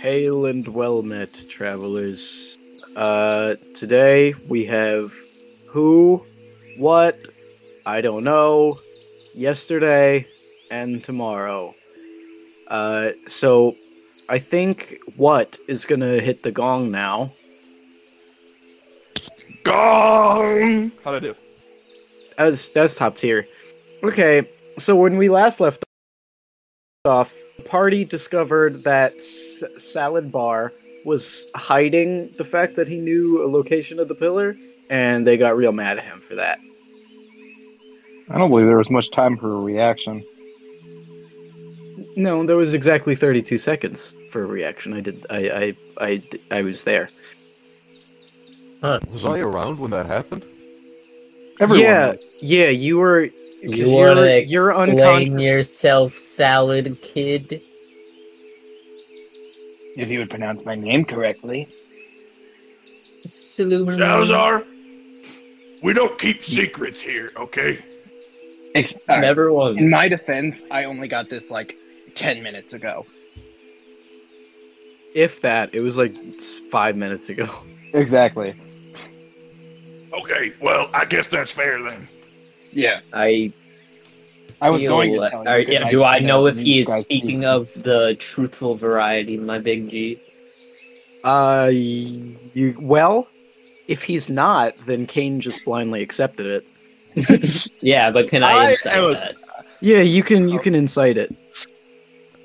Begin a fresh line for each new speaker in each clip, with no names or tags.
Hail and well met, travelers. Uh, today we have who, what, I don't know, yesterday, and tomorrow. Uh, so I think what is gonna hit the gong now.
Gong! How'd I do?
That's that's top tier. Okay, so when we last left off, the party discovered that S- Salad Bar was hiding the fact that he knew a location of the pillar, and they got real mad at him for that.
I don't believe there was much time for a reaction.
No, there was exactly 32 seconds for a reaction. I did. I. I. I. I was there.
Was I around when that happened?
Everyone,
yeah.
was.
Yeah. You were. 'cause
You want to explain
you're unconscious.
yourself, salad kid?
if you would pronounce my name correctly,
Salute.
Salazar, we don't keep secrets here, okay?
Ex- all right.
Never was.
in my defense, I only got this like ten minutes ago.
If that, it was like s- five minutes ago.
Exactly.
Okay, well, I guess that's fair then.
Yeah,
I
I was
feel-
going to tell you.
or,
because
yeah, do I know if he
you
is
guys-
speaking of the truthful variety, my big G?
Uh, you, well, if he's not, then Kane just blindly accepted it.
Yeah, but can I,
I-
insight
I was-
that?
Yeah, you can you can incite it.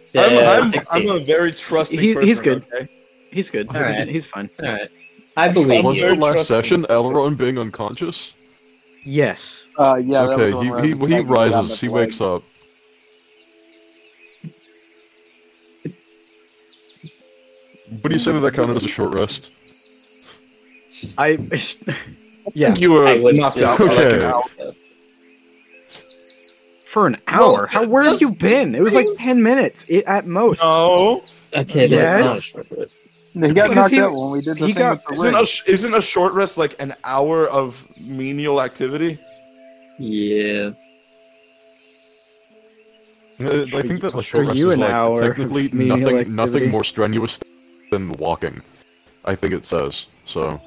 So,
I'm, I'm,
16.
I'm a very trusting
He-
person.
he's good.
okay?
He's good.
All
He's,
right.
he's fine.
All right. I believe
Was
you.
the last
trusting.
session Elron being unconscious?
Yes.
Uh, yeah. that was the one where I
okay, he,
was
he, he
like, down the
rises, he
floor.
wakes up. What do you say that that counted as a short rest?
I. yeah.
You
I
were
would-
knocked out.
Okay.
Okay.
For an hour. How, where have you been? It was like ten minutes i at most.
No,
Okay, that's not a
Yes.
short rest.
He got
Because
knocked
he-
out when we did the
he
thing
got-
with the
isn't
ring.
a, sh- isn't a short rest like an hour of menial activity?
Yeah.
Uh, I think that a short
For
rest
you,
is
an
like
hour
technically
of menial
nothing,
activity.
nothing more strenuous than walking. I think it says so.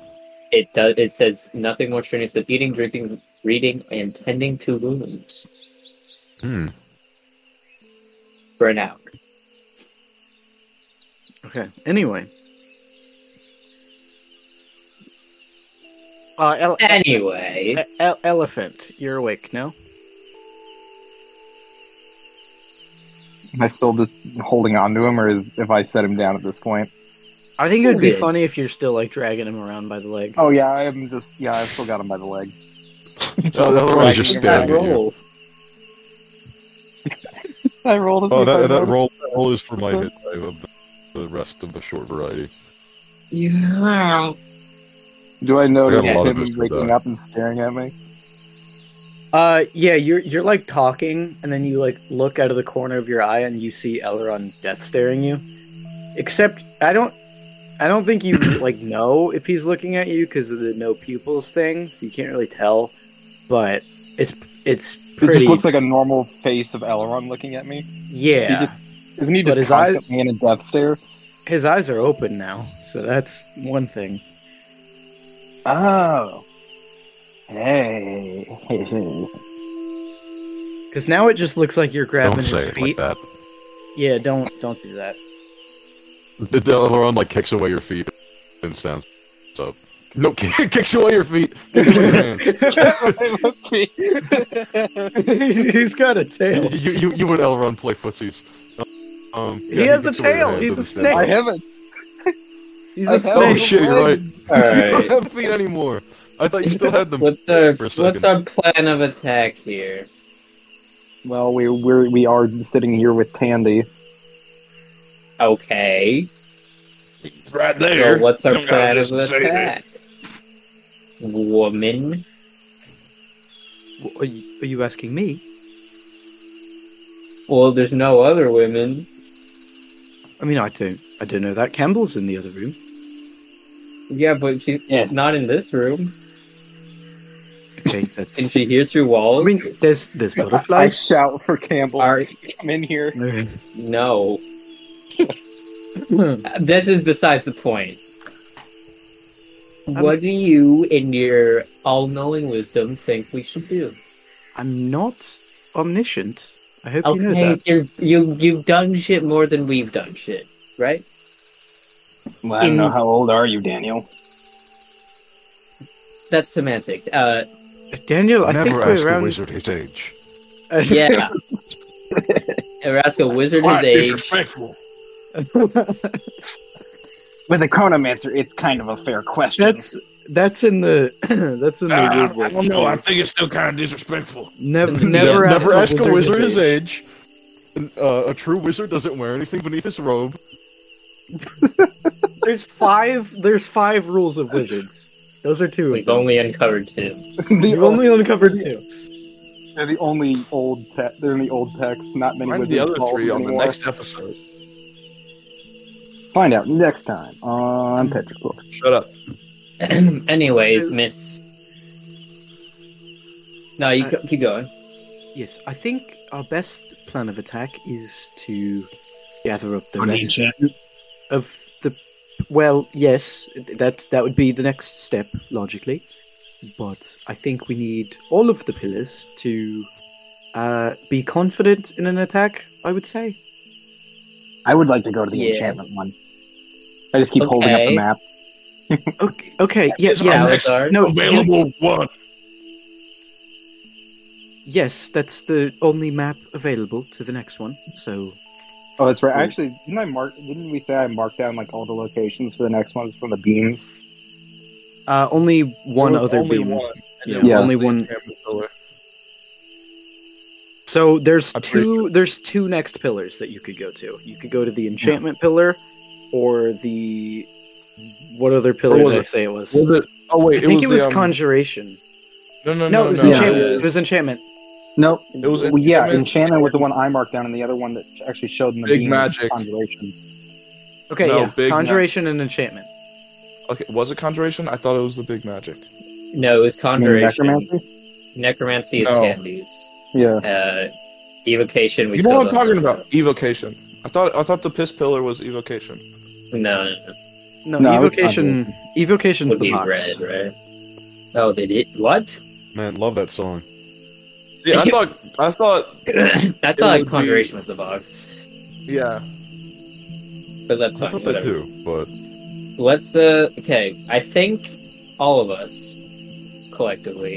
It does. It says nothing more strenuous than eating, drinking, reading, and tending to wounds
Hmm.
for an hour.
Okay. Anyway. Uh, ele-
Anyway,
e- e- elephant, you're awake now.
Am I still just holding on to him, or is, if I set him down at this point?
I think it would be
Okay.
funny if you're still like dragging him around by the leg.
Oh yeah, I'm just yeah. I've still got him by the leg.
Uh, Elron is just
Did I
staring at you.
roll?
I rolled.
Oh, that, that roll, that roll is for my hit die of the, the rest of the short variety.
Yeah.
Do I notice
I got a lot of
him
his
waking
that.
up and staring at me?
Uh, yeah, you're you're like talking, and then you like look out of the corner of your eye, and you see Elron death staring you. Except I don't, I don't think you like know if he's looking at you because of the no pupils thing, so you can't really tell. But it's it's
It
pretty.
just looks like a normal face of Elrond looking at me.
yeah,
he Isn't he
But
just
his eyes-
constantly in a death stare?
his eyes are open now, so that's one thing.
Oh. Hey.
Because now it just looks like you're grabbing
Don't say
his
it like
feet.
that.
yeah, don't don't do that.
The, the Elrond like kicks away your feet and stands up. No, kicks away your feet. Kicks away your hands.
he's got a tail.
You, you, you and Elrond play footsies. Um,
He has a
kicks away your
tail.
hands
He's
and
a
stands
I
up.
haven't.
He's
I
a
have
Oh
snake.
shit, you're right.
All
You
right.
don't have feet anymore. I thought you still had them.
What's
uh,
our
For a second.
what's our plan of attack here?
Well, we we're, we are sitting here with Tandy.
Okay.
Right
So
there.
what's our
You don't gotta
plan of
just say
attack? Woman.
Are you, are you asking me?
Well, there's no other women.
I mean, I don't, I don't know that. Campbell's in the other room.
Yeah, but she's
Yeah.
not in this room.
Okay, that's.
Can she hear through walls?
I mean, there's there's
I
butterflies.
shout for Campbell.
Are-
Come in here.
There-
no. This is besides the point. What do you, in your all-knowing wisdom, think we should do?
I'm not omniscient. I hope you know
Okay,
that.
you're, you you've done shit more than we've done shit, right?
Well, I don't
In-
know how old are you, Daniel?
That's semantics. Uh,
Daniel, I think
Never
we're
ask a
around.
wizard his age.
yeah. Erasco, wizard his
Quite
age.
disrespectful.
With a chronomancer, it's kind of a fair question.
that's that's in the that's in the
Uh,
Ah,
I,
rule
I
book.
don't know. I think it's still kind of disrespectful.
Never,
Never-
never,
never ask a wizard
his
his age. Uh, a true wizard doesn't wear anything beneath his robe.
There's five. There's five rules of wizards. Those are two. of
We've
them.
only uncovered two.
the
You've only uncovered two.
They're the only old. Te- they're in the old text. Not many
Find
wizards
the other
called
three on the
anymore.
next episode.
Find out next time on Petrick Book.
Shut up.
Anyways,
Two.
Miss. No, you c- keep going.
Yes, I think our best plan of attack is to gather up the
On the
rest of the. Well, yes, that that would be the next step logically, but I think we need all of the pillars to uh, be confident in an attack. I would say.
I would like to go to the
Yeah.
enchantment one. I just keep holding up
Okay.
the map.
Okay. Okay. Yeah,
Yes,
yes.
Alex,
Salazar.
No. you-
Available one.
Yes, that's the only map available to the next one. So
Oh, that's right. Actually, didn't I mark? Didn't we say I marked down like all the locations for the next ones from the beams?
uh, only one other
only
beam.
One. And
Yeah,
then
Yeah.
only
the
one.
camera pillar.
So there's
I'm pretty
two. There's two next pillars that you could go to. You could go to the enchantment pillar, or the what other pillar
What was
did I
it?
say it was?
Was it? Oh wait,
I think it
the,
was
um,
conjuration.
No, no,
No,
no,
it was
no.
enchantment.
Uh,
It was enchantment.
No,
It was
well, yeah,
enchantment.
enchantment with the one I marked down, and the other one that actually showed in the
Big
beam
magic.
conjuration.
Okay,
No,
yeah,
big
conjuration and enchantment.
Okay, was it conjuration? I thought it was the big magic.
No, it was
I mean,
conjuration.
necromancy.
Necromancy is
No.
candies.
Yeah,
Uh, evocation. We
you know
still
what I'm
don't
talking
know.
about? Evocation. I thought I thought the piss pillar was evocation.
No, no, no.
No,
No, it was
evocation. Evocation's
would
the
be
box.
red, right? Oh, they did what?
Man, love that song.
Yeah, I thought I thought
I
would
thought
be-
conjuration was the box,
yeah.
but that's
I
fine.
thought that
whatever.
too, but
Let's uh okay. I think all of us collectively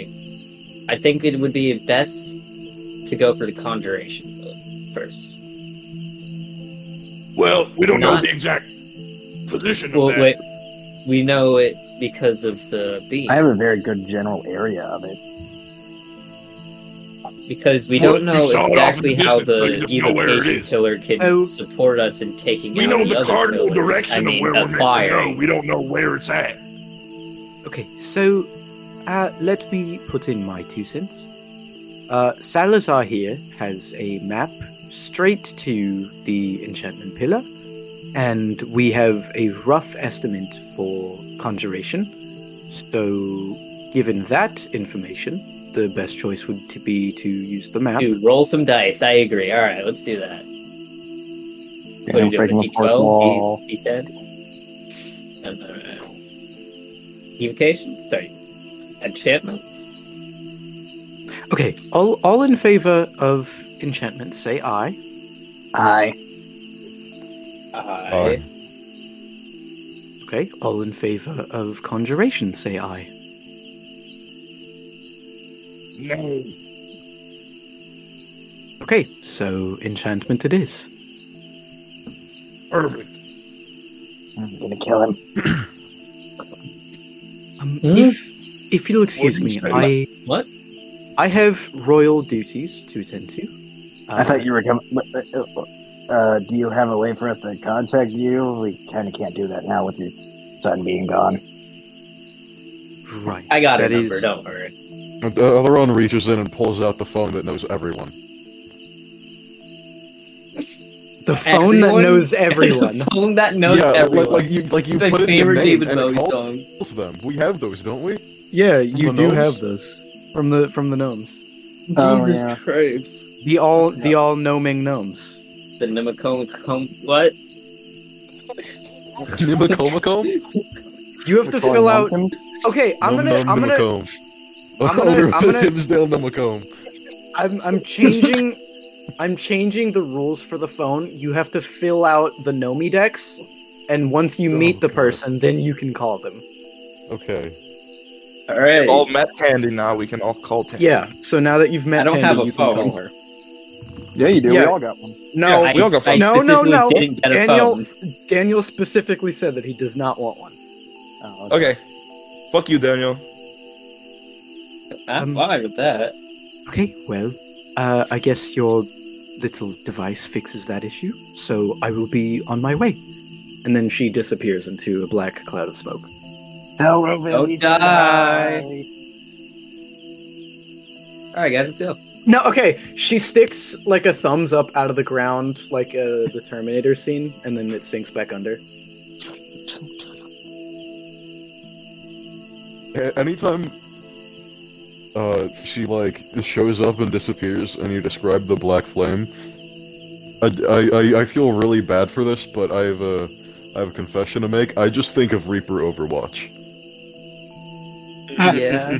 I think it would be best to go for the conjuration first.
Well, we don't know
Not-
the exact position
Well
of that.
wait we know it because of the beam.
I have a very good general area of it.
Because we
Well,
don't
you
know
saw it off in
exactly
the
how
distance, but you
the
just know where it
evocation
is.
killer can
Oh.
support us in taking
We
out
know
the,
the
other
cardinal
pillars.
direction
I mean,
of where
the
we're meant
fire.
to go. We don't know where it's at.
Okay, so uh, let me put in my two cents. Uh, Salazar here has a map straight to the enchantment pillar, and we have a rough estimate for conjuration. So, given that information, the best choice would to be to use the map.
Dude, roll some dice. I agree. All right, let's do that.
Yeah,
What are
I'm
you doing?
breaking
D
the fourth
twelve?
wall.
D ten? Evocation? Sorry. Enchantment?
Okay, all all in favor of enchantment, say aye.
Aye.
Aye.
Okay, all in favor of conjuration, say aye.
No.
Okay, so enchantment it is.
Perfect.
I'm gonna kill him.
Um,
Hmm?
If if you'll excuse
Wouldn't
me,
say
I
What?
I have royal duties to attend to. Uh,
I thought you were coming. Uh, do you have a way for us to contact you? We kind of can't do that now with your son being gone.
right.
I got
that
it.
is-
Don't worry.
Uh, the other one reaches in and pulls out the phone that knows everyone.
the phone that
Everyone-
knows everyone.
The phone that knows
yeah,
everyone.
like, like you, like you
it's my
put in your
favorite
name
David
and it
Bowie
calls
song.
them. We have those, don't we?
yeah,
you From the do gnomes? have
those from the from the gnomes.
Oh,
Jesus
yeah.
Christ.
The all the all gnoming gnomes.
The Nemicone. What?
Nimacomacom?
You have to
Victoria
fill out.
Moncton?
Okay, I'm gonna. I'm gonna. I'm gonna-
Over
I'm
to
gonna-
Timsdale Nimacombe.
I'm. I'm changing. I'm changing the rules for the phone. You have to fill out the Nomi decks, and once you
Oh,
meet the
God.
person, then you can call them.
Okay.
All right.
all met Tandy now. We can all call Tandy.
Yeah. So now that you've met,
I don't
Tandy,
have a
you can
phone.
call her.
Yeah, you do.
Yeah.
We all got one.
No,
Yeah, we all got
I
phones.
No, no,
specifically
no.
Didn't get a
Daniel-
phone.
Daniel specifically said that he does not want one.
Oh,
Okay. Fuck you, Daniel.
I'm
Um,
fine with that.
Okay, well, uh, I guess your little device fixes that issue, so I will be on my way. And then she disappears into a black cloud of smoke.
Tell Reuben
Don't
we
die.
say
All right, guys, let's go.
No, okay, she sticks like a thumbs up out of the ground, like uh, the Terminator scene, and then it sinks back under.
A- Anytime uh, she like shows up and disappears, and you describe the black flame, I, I, I, I feel really bad for this, but I have a I have a confession to make. I just think of Reaper Overwatch.
Yeah.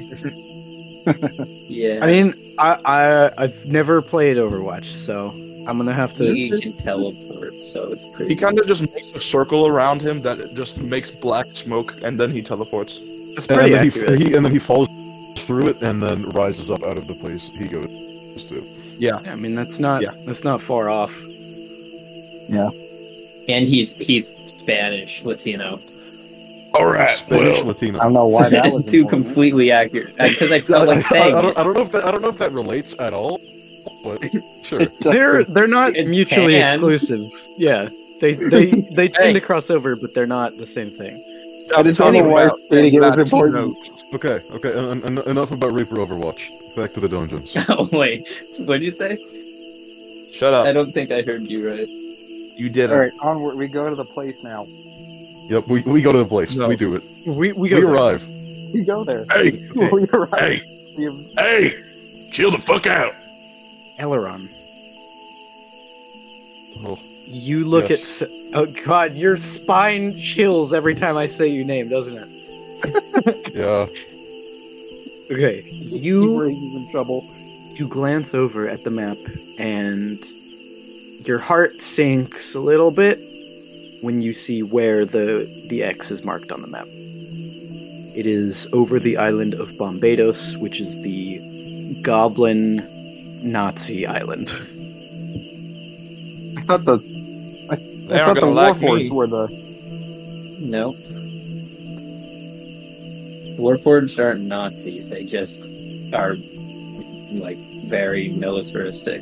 yeah.
I mean, I, I I've never played Overwatch, so I'm gonna have to.
he can teleport, so it's pretty.
He kind of just makes a circle around him that it just makes black smoke, and then he teleports.
That's
And,
pretty
then he,
accurate.
he and then he falls through it, and then rises up out of the place he goes to.
Yeah, I mean, that's not
Yeah.
that's not far off.
and he's he's Spanish Latino.
All right.
Spanish
Well,
Latino.
I don't know why that was
That's too
important.
completely accurate because I
I,
felt like
I- I
saying
don't,
it.
I don't know if that I don't know if that relates at all, but sure.
they're they're not
It
mutually
can.
exclusive. Yeah, they they they tend
Hey.
to cross over, but they're not the same thing.
I just don't know why it's stating it was important.
Okay, okay. En- en- enough about Reaper Overwatch. Back to the dungeons.
Oh wait, what did you say?
Shut
Uh,
I
up.
don't think I heard you right.
You did
All
it.
right, onward. We go to the place now.
Yep, we, we go to the place.
No.
We do it.
We we
We,
go.
arrive.
We go there.
hey,
We arrive.
hey,
We have
hey, chill the fuck out.
Aileron.
Oh,
You look
Yes.
at. s- Oh God, your spine chills every time I say your name, doesn't it?
yeah.
Okay, you
We're in trouble.
you glance over at the map and your heart sinks a little bit when you see where the the X is marked on the map. It is over the island of Bombados, which is the goblin Nazi island.
I thought the I,
They
I
aren't
thought the
gonna like
warlords
me.
were the
No. Warforged aren't Nazis. They just are like very militaristic.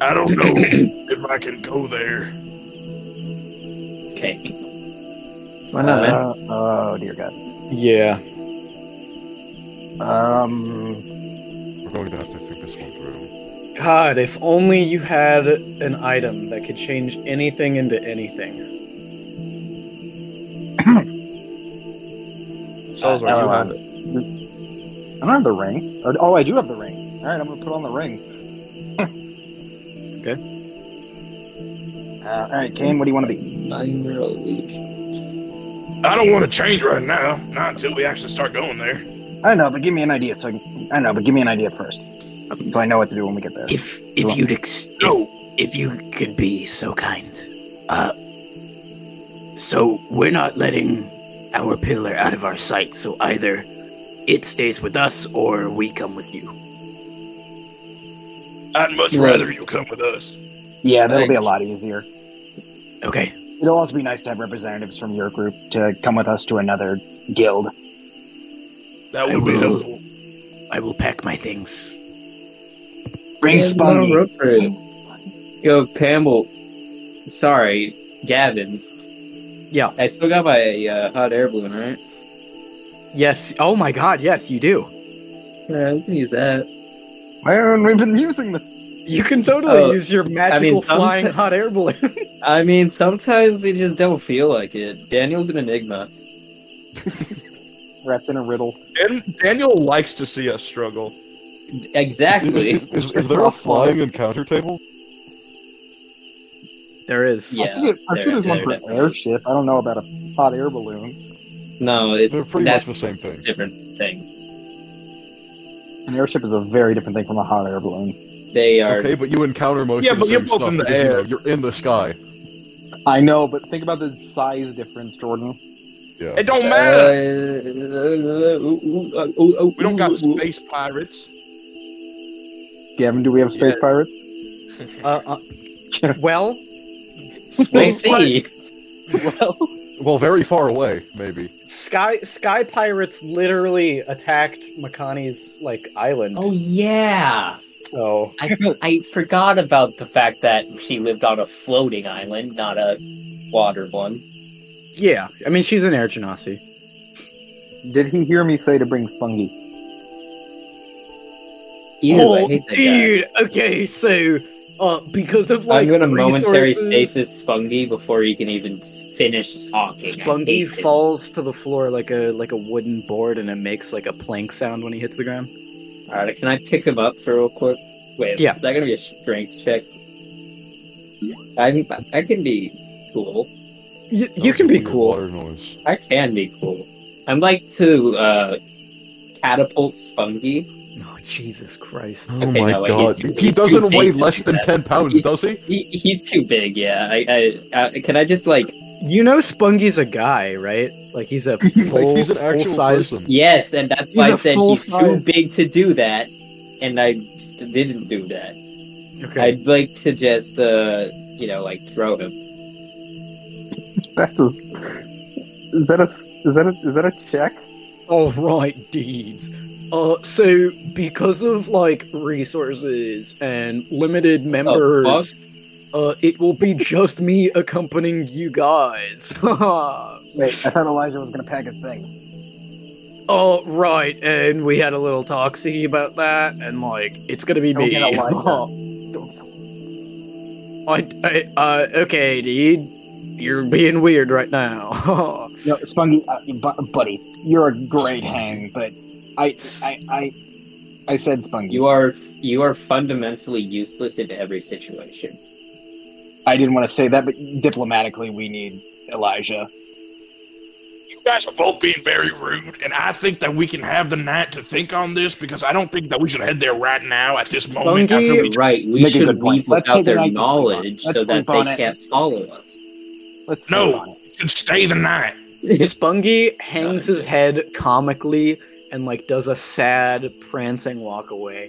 I don't know if I can go there.
Okay. Why not, man?
uh, oh dear god.
Yeah.
Um,
We're going to have to think this one through.
God, if only you had an item that could change anything into anything.
Salazar,
Uh,
you have it.
I don't have the ring. Or- Oh, I do have the ring. All right, I'm gonna put on the ring. okay. Uh, all right, Kane. What do you want to be?
Nine year old leech.
I don't want to change right now. Not until we actually start going there.
I know, but give me an idea. So I, can, I know, but give me an idea first, so I know what to do when we get there.
If
Well-
if you'd ex-
No.
if, if you could be so kind, uh, so we're not letting our pillar out of our sight. So either it stays with us, or we come with you.
I'd much
Right.
rather you come with us.
yeah, that'll be a lot easier.
Okay.
It'll also be nice to have representatives from your group to come with us to another guild.
That
I
would be
will.
helpful.
I will pack my things.
Bring
Yeah, we're on a
Spunky.
road trip. Yo, Campbell. Sorry, Gavin.
Yeah.
I still got my uh, hot air balloon, right?
Yes. Oh my God. Yes, you do.
Yeah, we can use that.
Why haven't we been using this?
You can totally
Oh,
use your magical
some
flying
say-
hot air balloon.
I mean, sometimes you just don't feel like it. Daniel's an enigma.
Wrapped in a riddle.
Dan- Daniel likes to see us struggle.
Exactly.
Is, is there a flying encounter table?
There is.
Yeah,
I think it, I'm
there-
sure there's one
there
for an
definitely is.
airship. I don't know about a hot air balloon.
No,
They're
it's
pretty
that's
much the same thing.
a different thing.
An airship is a very different thing from a hot air balloon.
They are
Okay, but you encounter most
Yeah,
of the
but you're
same
both
stuff
in the
because,
air.
You know, you're in the sky.
I know, but think about the size difference, Jordan.
Yeah.
It don't matter.
We
We don't got space pirates.
Gavin, do we have space
Yeah.
pirates?
Uh, uh, well,
Space
Well,
sea.
well,
Well, very far away, maybe.
sky sky pirates literally attacked Makani's like island.
Oh yeah,
so
I forgot about the fact that she lived on a floating island, not a water one.
yeah, I mean she's an air genasi.
Did he hear me say to bring Spunky?
Ew, I hate that guy.
Oh, Okay, so uh, because of
I'm gonna momentary stasis Spungy before you can even s- finish talking. I hate
Spunky
it.
falls to the floor like a like a wooden board, and it makes like a plank sound when he hits the ground.
Alright, can I pick him up for real quick? Wait,
Yeah.
is that gonna be a strength check? I I can be cool.
You, you can be
Weird
cool.
Uh, Water noise.
I can be cool. I'd like to uh, catapult Spungy.
Oh Jesus Christ!
Oh
Okay,
my
no, wait, he's
god.
too-
He
he's too
doesn't
big
weigh
to
less
do
than
that.
10 pounds, does he?
He, he's too big. Yeah. I, I, I can I just like
You know Spunky's a guy, right? Like he's a full,
Like, he's an actual
size.
person.
yes, and that's why
He's
I
a
said
full
he's
size.
too big to do that, and I just didn't do that.
Okay.
I'd like to just uh, you know like throw him.
That's a, is that a is that a is that a check?
All right, deeds. Uh, so because of like resources and limited members, uh, it will be just me accompanying you guys. oh
Wait, I thought Elijah was gonna pack his things.
right, and we had a little talksy about that, and like it's gonna be
Don't
me.
get a light up.
I, I, uh, okay, deed. You're being weird right now.
No, Spunky, uh, bu- buddy, you're a great hang, but I I I, I said Spunky.
You are you are fundamentally useless in every situation.
I didn't want to say that, but diplomatically, we need Elijah.
You guys are both being very rude, and I think that we can have the night to think on this because I don't think that we should head there right now at this moment.
Spunky-
After
You're
we,
right. We
Make a
should
good point.
leave
Let's
without
take it
their
out to sleep on it.
knowledge so that
Let's sleep
they
on it.
can't follow us.
Let's sleep
No.
on it.
can stay the night.
Spungy hangs
God.
his head comically and like does a sad prancing walk away,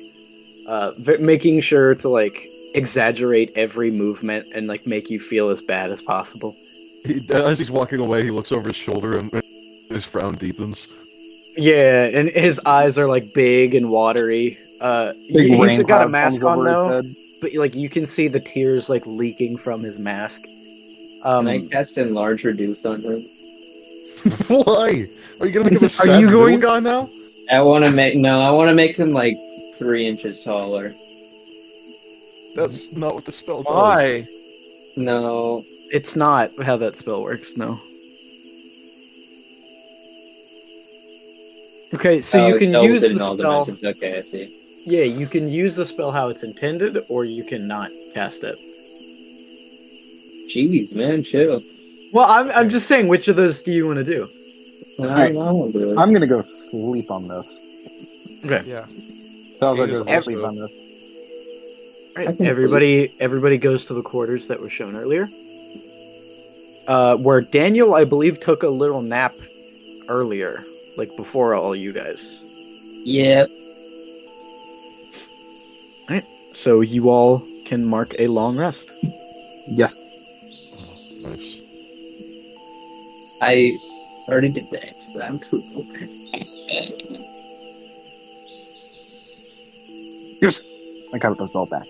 uh, v- making sure to like exaggerate every movement and like make you feel as bad as possible.
He, as he's walking away, he looks over his shoulder and his frown deepens.
Yeah, and his eyes are like big and watery. Uh, he-
Big
he's
rain
got a
cloud
mask on
comes over his
though,
head.
but like you can see the tears like leaking from his mask.
Can
Um,
I cast enlarge reduce on him?
Why? Are you gonna make him a
Are
sad
you
little
going-
guy now?
I want to make no. I want to make him like three inches taller.
That's not what the spell does.
No,
it's not how that spell works. No. Okay, so
Oh,
you can
no,
use
within
the
all
spell.
dimensions. Okay, I see.
Yeah, you can use the spell how it's intended, or you can not cast it.
Jeez, man, chill.
Well, I'm, I'm just saying, which of those do you want to do?
I don't know, dude.
I'm gonna go sleep on this.
Okay.
Yeah.
Sounds like
It is
go
also-
sleep on this.
I can
Everybody, everybody goes to the quarters that were shown earlier, uh, where Daniel, I believe, took a little nap earlier, like before all you guys.
Yeah,
So you all can mark a long rest.
Yes.
Nice.
I already did that. So I'm cool.
Yes. I got the ball back.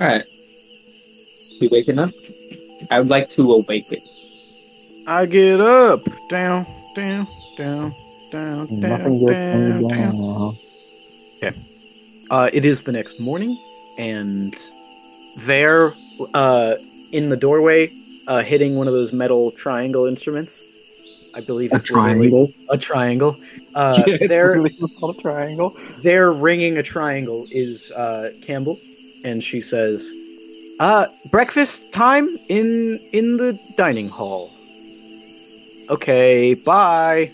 All right. We waking up? I would like to awaken.
I get up, down, down, down, down,
Nothing gets me down.
Uh, it is the next morning, and there, uh, in the doorway, uh, hitting one of those metal triangle instruments, I believe
A
it's literally
triangle.
a triangle. Uh,
Yeah, it's
they're
literally just called a triangle.
they're ringing a triangle is uh, Campbell, and she says, "Uh, breakfast time in in the dining hall." Okay, bye.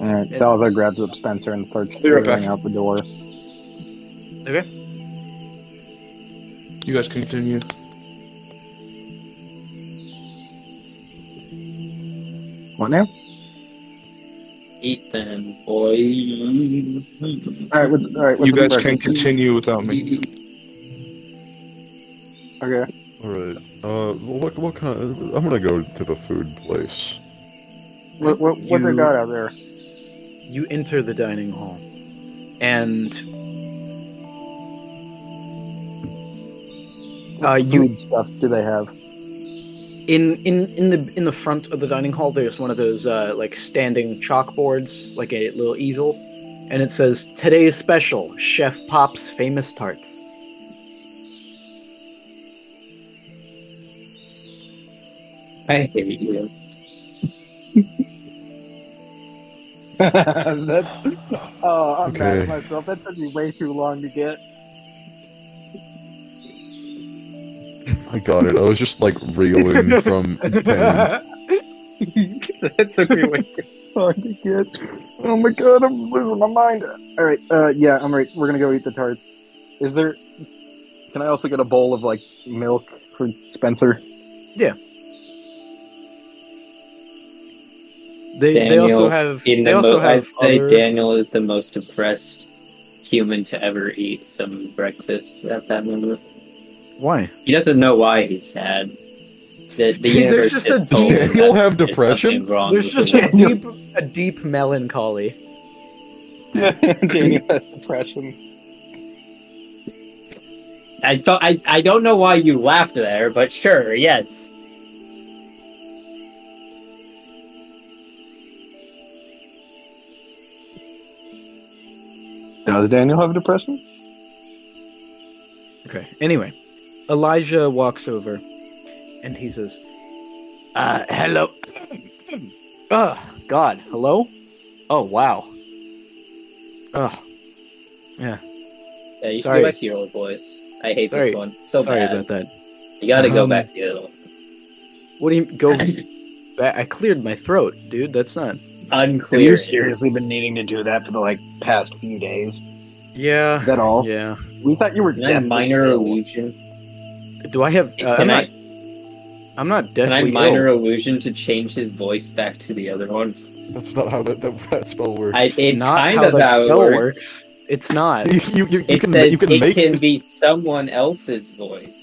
All right, Salazar grabs up Spencer and starts
Be right back.
going out the door.
You guys continue.
What now?
Eat them, boy.
All right, what's all right? What's
You guys
the
can
breakfast?
continue without me.
Okay.
All right. Uh, what what kind? I'm gonna go to the food place.
What what what they
You-
got out there?
You enter the dining hall, and uh, you
Food stuff? Do they have?
in in in the in the front of the dining hall there's one of those uh, like standing chalkboards like a little easel and it says today's special chef pop's famous tarts
I hate you.
That's oh, I'm mad
Okay.
at myself. That took me way too long to get.
I got it. I was just like reeling from pain.
that took me way too
Hard to get. Oh my god, I'm losing my mind. All right, uh, yeah, I'm right. We're gonna go eat the tarts. Is there? Can I also get a bowl of like milk for Spencer?
they they
Daniel,
also have
In
they
the
also
mo- I
have
say
other-
Daniel is the most depressed human to ever eat some breakfast at that moment.
why
He doesn't know why he's sad. The, the
There's
universe
just
has
a-
told
Does
him
Daniel
that
have
there's
depression?
something wrong
there's
with
just
him.
a deep a deep melancholy
Daniel has depression.
I don't. I, I don't know why you laughed there, but sure, yes.
Does Daniel have depression?
okay anyway elijah walks over and he says
Uh, hello.
oh god hello oh wow oh
Yeah, Uh,
Sorry.
you should go back to your old voice. I hate
Sorry.
this one so
sorry
bad.
about that
You gotta go
Um,
back to the other one.
what do you go back i cleared my throat dude that's not
Unclear.
been needing to do that for the like past few days?
yeah
Is that all?
yeah
We thought you were
Can I
dead.
minor illusion?
do i have uh, i'm
can
not
I
I'm not
can I
deathly
minor
ill.
illusion to change his voice back to the other one?
That's not how that that, that spell works.
I, it's
not
kind
how
of
that
how it
spell
works.
works. It's not.
you, you, you, you
It
can
says
you can
it
make
can be someone else's voice.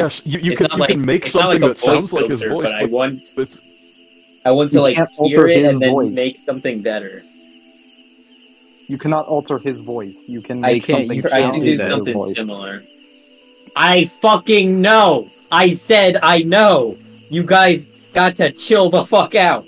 yes you, you
It's
can
not
you
like-
can make
it's not
something
like a
that sounds
voice
like his
filter,
voice,
But I
but,
want
it's
I want
You
to like
can't
hear
alter
it
his
and then
voice.
make something better.
You cannot alter his voice. You can
I
make
can't-
something.
you
I
can't
can do
sound
do
his
that.
something
voice.
similar. I fucking know. I said I know. You guys got to chill the fuck out.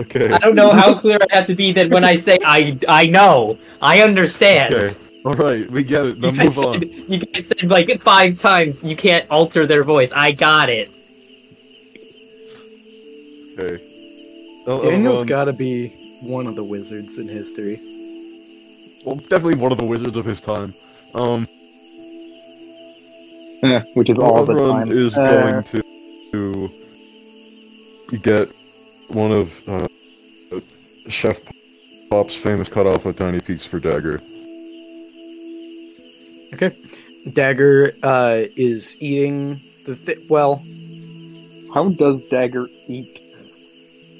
okay.
I don't know how clear I have to be that when I say I I know. I understand.
Okay. All right, we get it. Now
You guys,
move
said,
on.
you guys said like five times you can't alter their voice. I got it.
Okay. Oh, oh,
Daniel's
um,
got to be one of the wizards in history.
well, definitely one of the wizards of his time. Um,
Yeah, which is all the
Elrond
time.
is going
Uh,
to, to get one of uh, Chef Pop's famous cut off a tiny piece for dagger.
Okay. Dagger uh, is eating the thi- well.
How does Dagger eat?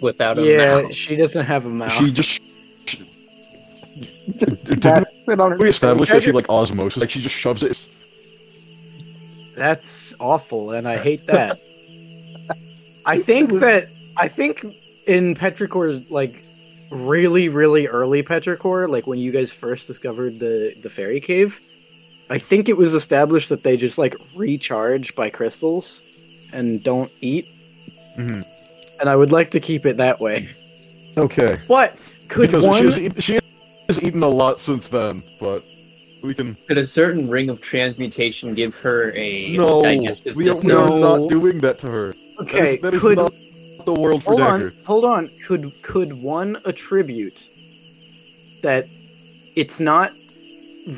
Without a
Yeah,
mouth.
she doesn't have a mouth.
She just
That-
didn't
sit on her-
we establish that she like osmosis? Like she just shoves it.
That's awful, and I hate that. I think that I think in Petrichor, like really, really early Petrichor, like when you guys first discovered the the fairy cave, I think it was established that they just like recharge by crystals and don't eat.
Mhm.
And I would like to keep it that way.
Okay,
But could
because
one
she's eat- she has eaten a lot since then, but We can.
Could a certain ring of transmutation give her a
No,
digestive
we are, we
system?
are
No.
not doing that to her.
Okay,
that is, that is
could
not the world for
hold on,
Dagger.
hold on. Could could one attribute that it's not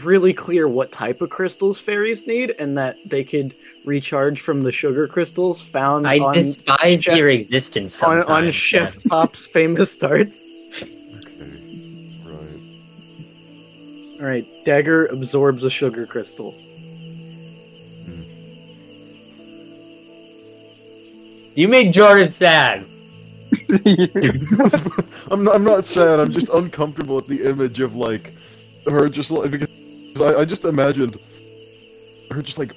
really clear what type of crystals fairies need, and that they could recharge from the sugar crystals found
I
on
despise
Chef-
your existence
on,
sometimes.
on
Jeff.
Chef Pop's famous darts?
Okay, right.
All right, Dagger absorbs a sugar crystal.
You made Jordan sad.
I'm not, I'm not sad. I'm just uncomfortable at the image of like her just like because I, I just imagined her just like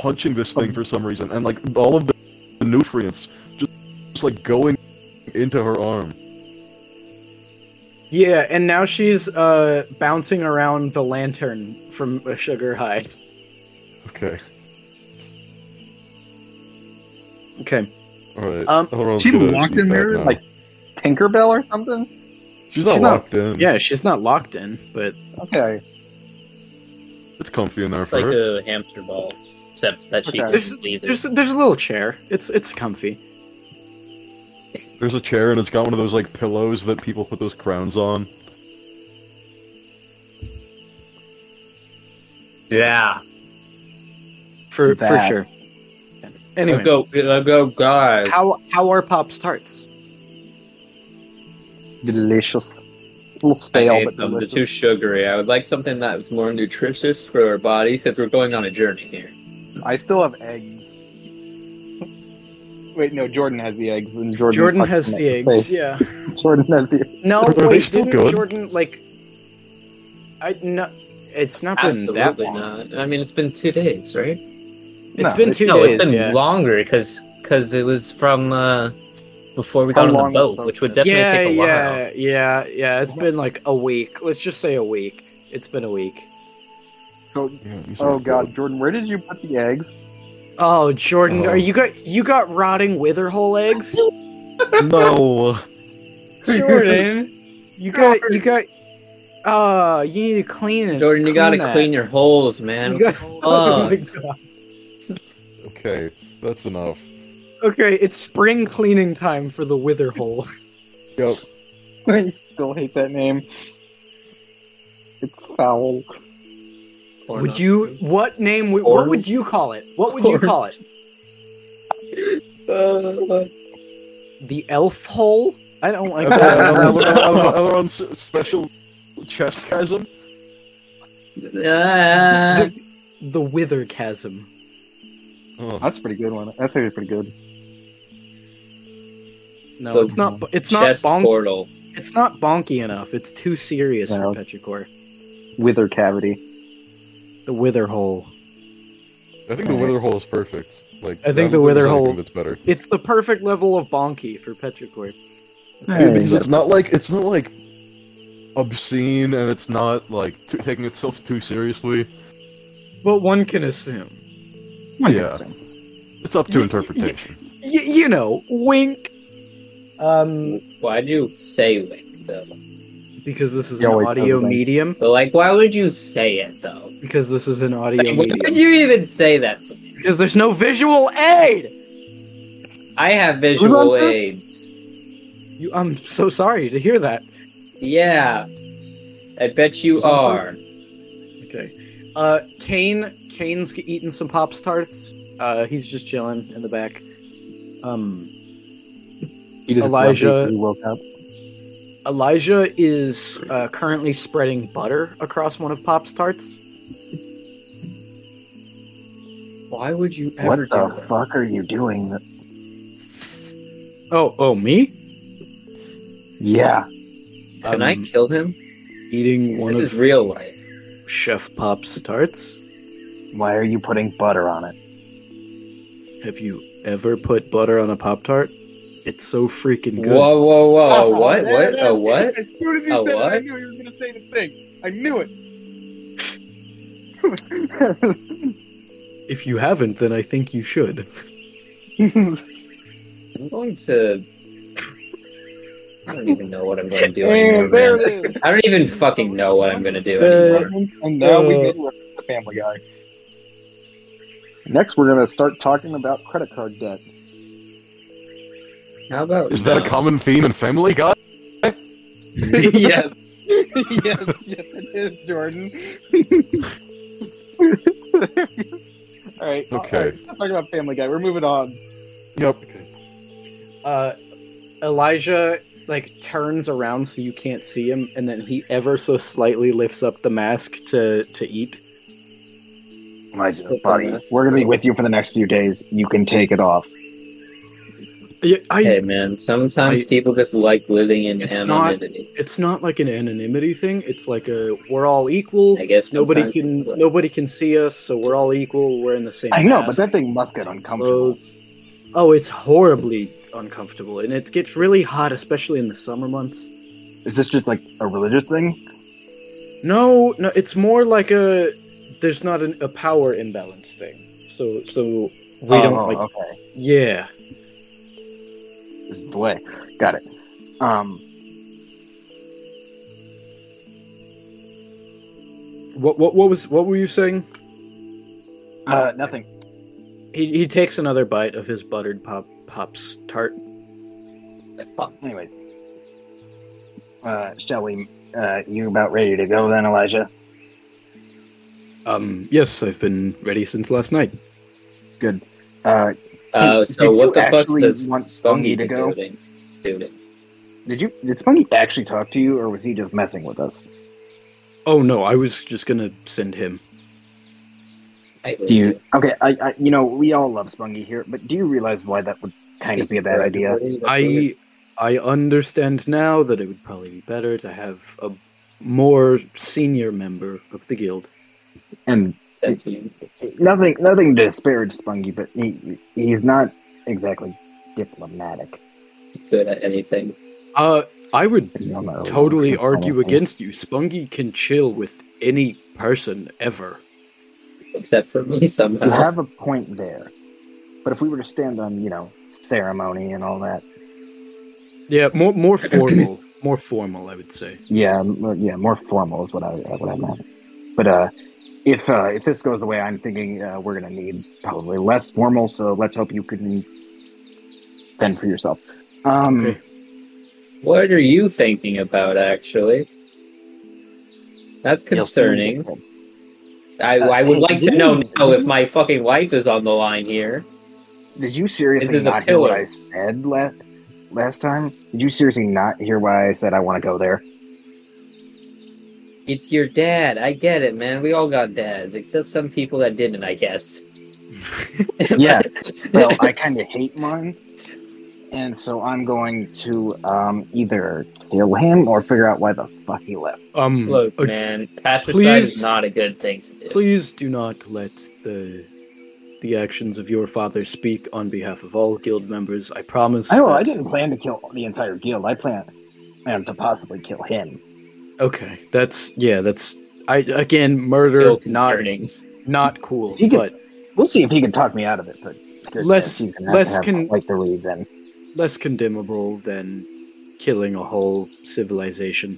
punching this thing for some reason, and like all of the, the nutrients just, just like going into her arm.
Yeah, and now she's uh, bouncing around the lantern from a sugar high.
Okay,
Okay.
all right.
Um,
Elrond's
she
gonna
locked
eat
in
that
there,
now.
like- Tinkerbell or something?
she's not
she's not-
locked in.
Yeah, she's not locked in, but
Okay.
it's comfy in there
It's
for
like
her.
a hamster ball, except that she
Okay.
can
There's-
leave it.
there's there's a little chair. It's it's comfy.
There's a chair and it's got one of those like pillows that people put those crowns on.
Yeah.
For for
That.
sure. Anyway,
Let go, let go, oh, guys.
how how are pop tarts?
Delicious. A little stale,
Okay,
but
um, they're
delicious.
too sugary. I would like something that was more nutritious for our body since we're going on a journey here.
I still have eggs. Wait, no, Jordan has the eggs, and Jordan.
Jordan
fucked
has
them
the
up in
eggs.
face.
Yeah.
Jordan has the.
No,
Are they
wait,
still
didn't
good?
Jordan like? I no. It's not been that
Absolutely
long.
not. I mean, it's been two days, right?
It's
No,
been
it's-
two
no,
days.
it's been
yeah.
longer because it was from uh, before we
How
got on
long
the boat,
was
which would
it?
definitely
yeah,
take a while.
yeah, yeah, yeah. It's been like a week. Let's just say a week. It's been a week.
So,
Yeah, these are
oh god,
good.
Jordan, where did you put the eggs?
Oh, Jordan,
Oh.
are you got you got rotting witherhole eggs?
no.
Jordan, you got you got. Oh, you need to clean it.
Jordan, you gotta
that.
clean your holes, man.
You got- oh
Fuck.
my God.
Okay, that's enough.
Okay, it's spring cleaning time for the witherhole.
Yep.
I still hate that name. It's foul.
Or
Would
not.
you? What name? would- What would you call it? What would you
Corn.
call it?
Uh,
The elf hole? I don't like that.
Elrond's special chastism.
uh,
the, the wither chasm.
Oh,
That's a pretty good one. That's actually pretty good.
No,
The
it's not. It's not
chest
bonk.
portal.
It's not bonky enough. It's too serious
No.
for Petrichor.
Wither cavity.
The wither hole.
I think the wither hole is perfect. Like
I think the
don't
wither
there's anything
hole-
that's better
It's the perfect level of bonky for Petrichor.
Dude, because it's not like it's not like obscene and it's not like t- taking itself too seriously.
But one can assume.
Yeah, it's up to
Y-
interpretation.
Y- you know, wink. Um,
Why do you say it though?
because this is
You
an
always
audio
have that.
medium.
But like, why would you say it though?
Because this is an audio
Like, why
medium.
would you even say that to me?
Because there's no visual aid.
I have
on
visual
first?
aids.
You, I'm so sorry to hear that.
Yeah, I bet you
Who's on
are.
Okay. Uh, Kane. Kane's eating some pop tarts. Uh, he's just chilling in the back. Um,
He just
Elijah-
grumpy he woke up.
Elijah is uh, currently spreading butter across one of Pop's tarts.
Why would you
What
ever do
the
that?
fuck are you doing? that-
Oh, oh, me
Yeah.
Can I
Um,
kill him?
eating one
This
of
is real life.
Chef Pop's tarts.
Why are you putting butter on it?
Have you ever put butter on a Pop Tart? It's so freaking good.
Whoa, whoa, whoa!
Oh,
Oh,
A what? What? A what?
As soon as
you A said it, I what?
knew you were going to say the thing. I knew it.
If you haven't, then I think you should.
I'm going to I don't even know what I'm going to do anymore.
And there
man.
it is.
I don't even fucking know what I'm going to do
Uh,
anymore.
And
now
now
we
we
get
the Family Guy. Next, we're gonna start talking about credit card debt.
How about
Is that a common theme in Family Guy?
yes, yes, yes, it is, Jordan. All right.
Okay.
Let's talk about Family Guy. We're moving on.
Yep.
uh, Elijah like turns around so you can't see him, and then he ever so slightly lifts up the mask to to eat.
Elijah, buddy, we're gonna be with you for the next few days. You can take it off.
Yeah, I,
Hey man, sometimes
I-
people just like living in
It's not-
anonymity.
It's not like an anonymity thing. It's like a we're all equal.
I guess
nobody
sometimes
can
people are-
nobody can see us, so we're all equal. We're in the same.
I know, but
mask,
that thing must get
same
uncomfortable.
clothes. Oh, it's horribly uncomfortable, and it gets really hot, especially in the summer months.
Is this just like a religious thing?
No, no, it's more like a there's not an, a power imbalance thing. So so we
Oh,
don't like
okay.
yeah.
This is the way. Got it. Um,
What what what was what were you saying?
uh, nothing.
He he takes another bite of his buttered pop pops tart.
Anyways, uh, shall we? Uh, you about ready to go then, Elijah?
Um yes, I've been ready since last night.
Uh,
Uh, so
Did you
what the fuck
actually
does
want
Spunky
Spunky to go?
doing? doing?
did you? Did Spunky actually talk to you, or was he just messing with us?
Oh no, I was just gonna send him.
I
Do you? Okay, I, I, you know, we all love Spunky here, but do you realize why that would kind of be a bad idea?
I I understand now that it would probably be better to have a more senior member of the guild.
And
Said to you.
nothing, nothing to disparage Spunky, but he, he's not exactly diplomatic.
good at anything.
Uh I would
No, no,
totally
no,
argue
no.
against you. Spunky can chill with any person ever.
Except for me somehow.
You have a point there, but if we were to stand on, you know, ceremony and all that,
Yeah, more more formal, more formal, I would say.
Yeah, m- uh, yeah, more formal is what I what I meant. But uh, if uh, if this goes the way I'm thinking, uh, we're gonna need probably less formal. So let's hope you can fend for yourself. Um,
Okay.
What are you thinking about, actually? That's
you'll see. Uh,
concerning. I, I would like to know now if my fucking wife is on the line here.
Did you seriously
This is a
not hear what
pillar.
I said last last time? Did you seriously not hear why I said I want to go there?
It's your dad. I get it, man. We all got dads, except some people that didn't, I guess.
Yeah. Well, I kind of hate mine, and so I'm going to um, either kill him or figure out why the fuck he left.
Um
Look,
uh,
man, patricide
please-
is not a good thing to do.
please do not let the the actions of your father speak on behalf of all guild members. I promise.
I know. I
that-
didn't plan to kill the entire guild. I planned planned to possibly kill him.
Okay. That's yeah, that's I again murder
Still
not
concerning.
not cool,
You could-
but
We'll see if he can talk me out of it. But goodness,
Less-
he's gonna have
less
to have,
can-
like the reason.
less condemnable than killing a whole civilization.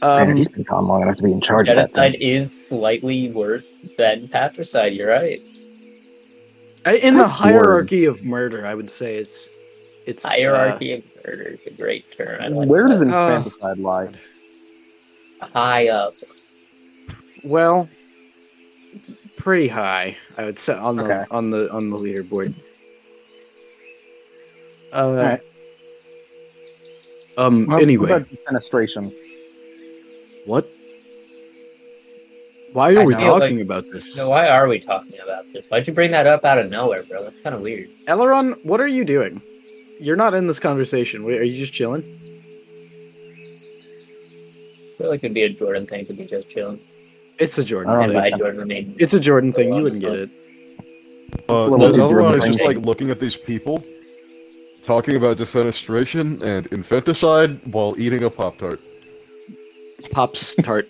Man,
Um
he's been gone long enough to be in charge of that.
Genocide
Thing.
is slightly worse than patricide. You're right.
I- in the
That's worrying.
hierarchy of murder, I would say it's it's uh,
Hierarchy of murder is a great term. I like
Where
that.
does
Uh,
infanticide lie?
high up?
Well, pretty high, I would say on the
Okay.
on the on the leaderboard. Uh,
right.
Um.
Well,
anyway,
what about fenestration.
what? Why are
I
we
feel
talking about this,
No, why are we talking about this? Why'd you bring that up out of nowhere, bro? That's kind of weird.
Eleron? What are you doing? You're not in this conversation. Wait, Are you just chilling?
I feel like it'd be a Jordan thing to be just chilling.
It's a Jordan
I don't
And
thing.
by Jordan, I mean
It's a Jordan thing. You
Elron's
wouldn't get
not-
it.
Uh,
little
the other
bit
one is
different.
just like looking at these people, talking about defenestration and infanticide while eating a pop tart.
Pop's tart.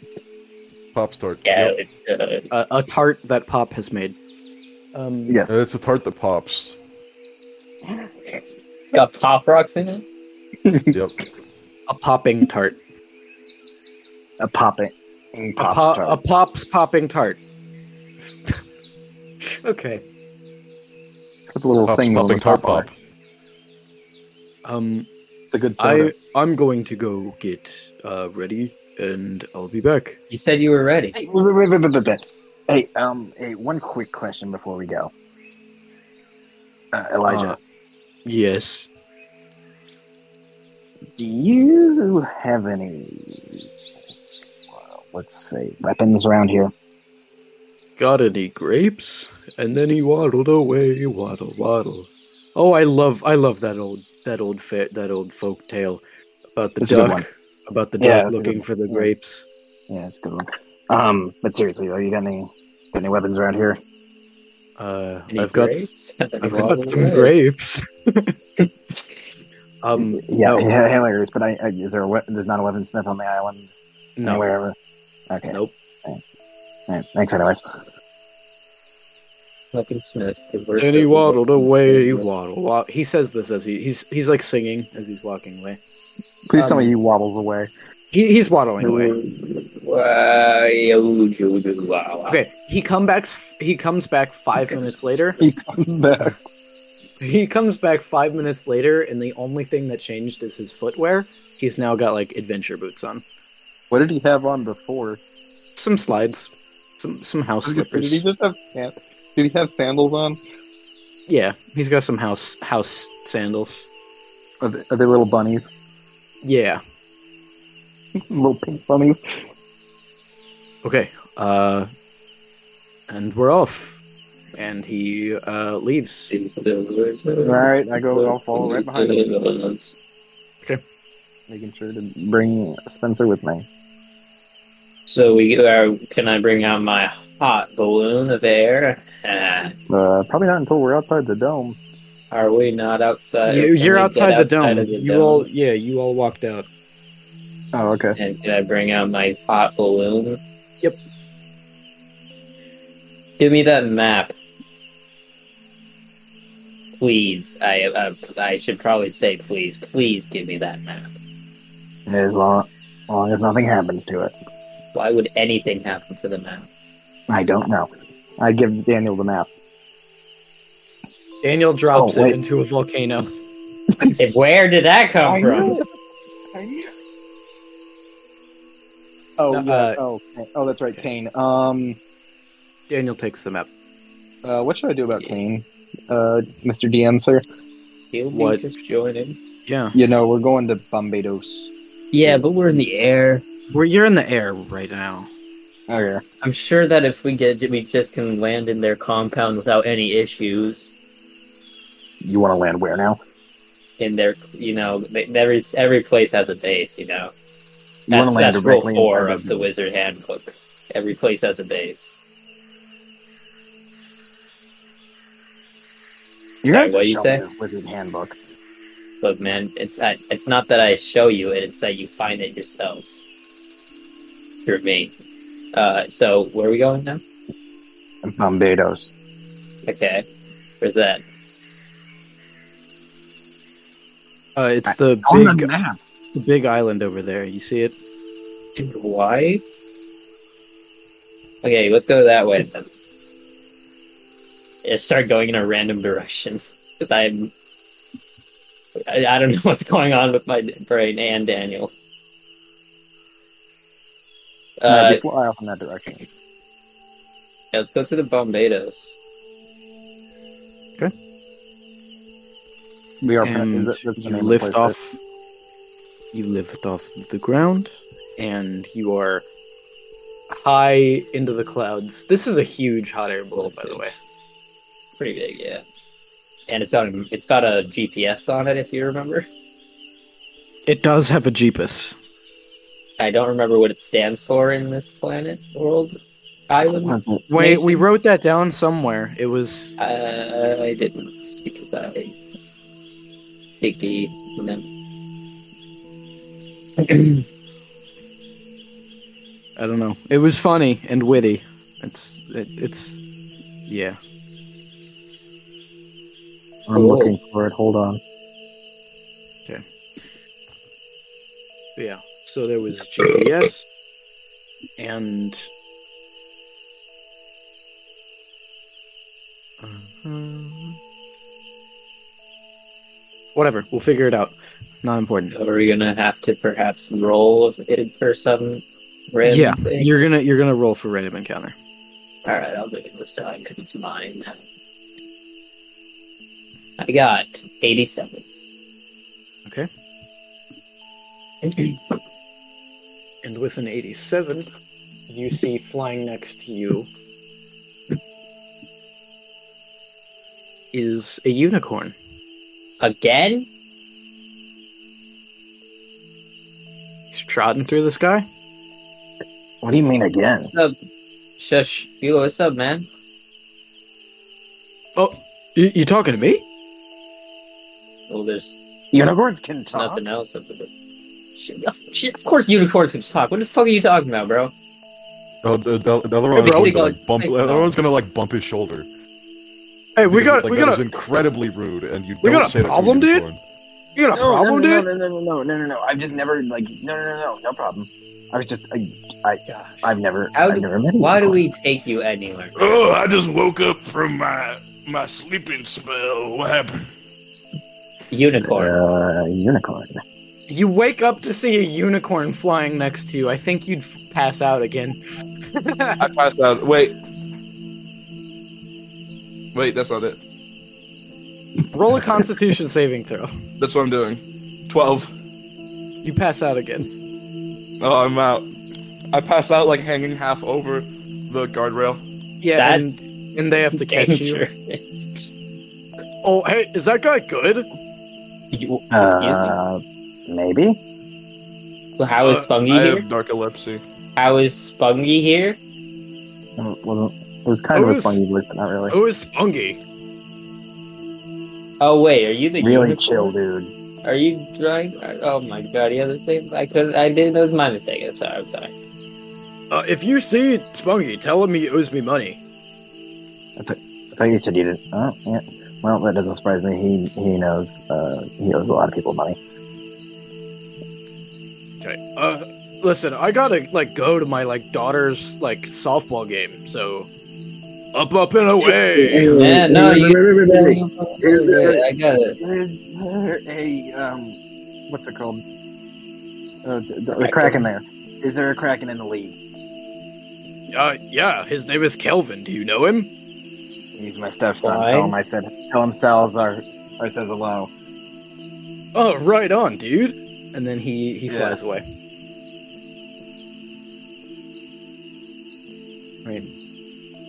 Pop tart.
yeah,
Yep.
it's uh,
a, a tart that Pop has made. Um.
Yes.
Uh, It's a tart that pops.
it's got pop rocks in it.
yep.
A popping tart.
A popping.
A, po- a pops popping tart. okay.
Put the little
Pops,
thing on
popping
the
tart
top bar.
pop.
Um,
It's a good soda.
I I'm going to go get uh, ready, and I'll be back.
You said you were ready.
Hey, wait, wait, wait, wait, wait, wait. Hey, um, hey, one quick question before we go. Uh, Elijah,
Uh, yes.
do you have any, uh, let's say, weapons around here?
Got any grapes? And then he waddled away, waddle, waddle. Oh, I love, I love that old, that old, fa- that old folk tale about the
That's a good one.
duck, about the
Yeah, that's a
duck
good
looking
one.
for the
Yeah.
grapes.
Yeah, it's a good one. Um, but seriously, though, you got any, got any weapons around here?
Uh,
Any
I've got, s-
grapes?
I've
Waddle
got some
away.
grapes. um,
yeah,
no.
yeah, hilarious. But I, I, is there a we- there's not a weapon sniff on the island
no,
anywhere ever? Okay.
Nope.
All right, thanks, anyways.
Fucking Smith. the worst
And he
of-
waddled away, waddle, waddle. He says this as he, he's, he's like singing as he's walking away.
Please
Um,
tell me he wobbles away.
He, he's waddling away.
Wow, yeah, ooh, ooh, ooh, wow, wow.
Okay, he come back. He comes back five minutes later.
He comes back.
He comes back five minutes later, and the only thing that changed is his footwear. He's now got like adventure boots on,
What did he have on before?
some slides, some some house
Did he
slippers.
just have sand- Did he have sandals on?
Yeah, he's got some house house sandals.
Are they, are they little bunnies?
Yeah.
little pink bunnies?
Okay. Uh, and we're off. And he uh, leaves.
All
All right, I go. I'll follow right behind him, making sure to bring Spencer with me.
So we uh, can I bring out my hot balloon of air? Ah,
Uh, probably not until we're outside the dome.
Are we not outside?
You,
uh, can we
you're
get
outside the dome.
of the
you
dome?
all, yeah, you all walked out.
Oh, okay.
And can I bring out my hot balloon?
Yep.
Give me that map. Please, I uh, I should probably say please. Please give me that map.
As long, as long as nothing happens to it,
Why would anything happen to the map?
I don't know. I give Daniel the map.
Daniel drops
Oh,
it
wait.
into a volcano.
If- Where did that come from?
Oh,
No,
yeah.
uh,
oh, okay. oh, that's right, Kane. Um,
Daniel takes the map.
uh, what should I do about Kane, uh, Mr. DM, sir?
He'll be
What?
just joining.
Yeah.
You know, we're going to Bombados.
Yeah, but we're in the air.
Well, you're in the air right now.
Okay.
I'm sure that if we get, we just can land in their compound without any issues.
You want to land where now?
In their, you know, they- every every place has a base. You know,
You want
that's,
to land
that's rule
directly
four
inside
of the Wizard Handbook. Every place has a base.
You're
Sorry,
not
what you
showing
say?
this Wizard handbook.
Look, man, it's I, it's not that I show you it; it's that you find it yourself. Through me. Uh, so where are we going now?
Bombados.
Okay, where's that?
Uh, it's the
On the
big,
map.
the big island over there. You see it?
Dude, why? Okay, let's go that way then. Yeah, start going in a random direction because I'm. I, I don't know what's going on with my brain and Daniel.
Uh,
Uh,
just fly off in that direction.
yeah, let's go to the Bombados.
We are.
And
that's the
you
name of the place,
lift
right?
off. You lift off the ground, and you are high into the clouds. This is a huge hot air balloon, by the way.
Pretty big, yeah. And it's got a, it's got a GPS on it, if you remember.
It does have a jeepus.
I don't remember what it stands for in this planet, world, island.
That's it.
Wait, we
Nation.
wrote that down somewhere. It was
Uh, I didn't because I picky them.
I don't know. It was funny and witty. It's it, it's yeah.
I'm looking for it. Hold on.
Yeah. So there was GPS and. Uh-huh. Whatever. We'll figure it out. Not important.
Are we gonna have to perhaps roll it for some random
Yeah,
thing?
you're gonna you're gonna roll for random encounter.
All right, I'll do it this time because it's mine. I got 87.
Okay. And with an 87, you see flying next to you is a unicorn.
Again?
He's trotting through the sky.
What do you mean again?
What's up? Shush. You, what's up, man?
Oh, you, you talking to me?
Well, Oh, there's
Unicorns can
there's
talk.
nothing else up there. Shit, of- Shit, of course unicorns can talk. What the fuck are you talking about, bro?
Oh, the, the, the other
Hey,
one's
bro.
gonna, like, bump,
Hey,
the other
bro.
one's gonna like bump his shoulder.
Hey, we
Because,
got
like,
we
that
got
is
a
incredibly rude, and you
We
don't
got a
say that to
problem, dude?
unicorn.
you got a
No, no,
problem,
no,
dude.
no, no, no, no, no, no, no, no. I've just never like no, no, no, no, no problem. I was just I, I
Gosh.
I've never
How
I've
do-
never met. a
Why do
unicorn.
we take you anywhere?
Oh, I just woke up from my my sleeping spell. What happened?
Unicorn.
Uh, unicorn.
You wake up to see a unicorn flying next to you. I think you'd f- pass out again.
I passed out. Wait. Wait, that's not it.
Roll a Constitution saving throw.
That's what I'm doing. 12.
You pass out again.
Oh, I'm out. I pass out like hanging half over the guardrail.
Yeah, and,
That's
and they have to catch you.
dangerous.
Oh, hey, is that guy good?
You- excuse me?
Uh, maybe.
Well, How
uh,
is Spungy
I
here?
have dark epilepsy.
How is Spungy here?
Well, well, it was kind
It
of a
was-
funny word, but not really.
Who is Spungy?
Oh wait, are you the
Really
unicorn?
chill, dude.
Are you drawing? Oh my god, yeah, the same. I could. I did. That was my mistake. I'm sorry. I'm sorry.
Uh, if you see Spungy, tell him he owes me money.
I thought you said you didn't. Oh, yeah. Well, that doesn't surprise me. He he knows. Uh, he owes a lot of people money.
Okay. Uh, listen, I gotta like go to my like daughter's like softball game. So, up, up and away.
Yeah, no, you-
you.
Yeah, I got it.
There's there a um, what's it called? Uh, the, the Kraken there. Is there a Kraken in the league?
Uh, yeah, his name is Kelvin. Do you know him?
He's my stepson.
Why?
Tell him I said. Tell him Salazar. I said hello.
Oh, right on, dude. And then he he
Yeah.
flies away. Right.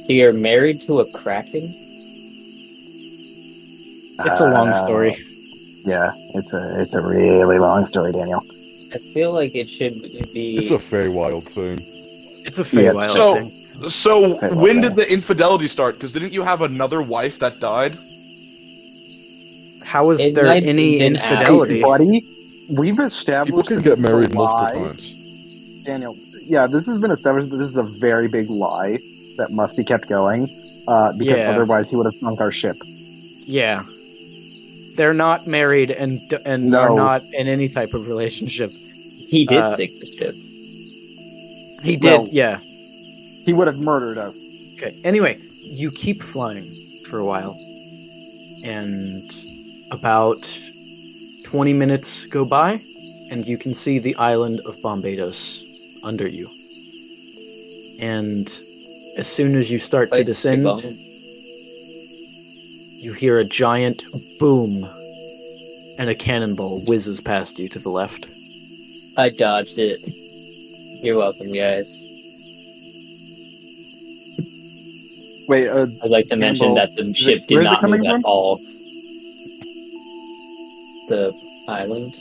So you're married to a kraken?
It's a long
Uh,
story.
Yeah, it's a it's a really long story, Daniel.
I feel like it should be.
It's a Feywild thing.
It's a Feywild
yeah.
So-
thing.
So,
Okay, well,
when
yeah.
did the infidelity start? Because didn't you have another wife that died?
How is
It
there
might have
any
been
infidelity?
Hey, buddy, we've
People
established
can get
that this is a
married multiple
lie.
times.
Daniel, yeah, this has been established, but this is a very big lie that must be kept going uh, because
Yeah.
otherwise he would have sunk our ship.
Yeah. They're not married and and
No.
are not in any type of relationship.
he did
uh,
sink the ship.
He did,
Well-
yeah.
He would have murdered us.
Okay. Anyway, you keep flying for a while, and about twenty minutes go by, and you can see the island of Bombados under you. And as soon as you start to
Place
descend,
to go.
you hear a giant boom, and a cannonball whizzes past you to the left.
I dodged it. You're welcome, guys.
Wait, uh,
I'd like to mention
Campbell,
that the
is
ship
it-
did
where's it
not
coming
move at
from?
all. The island.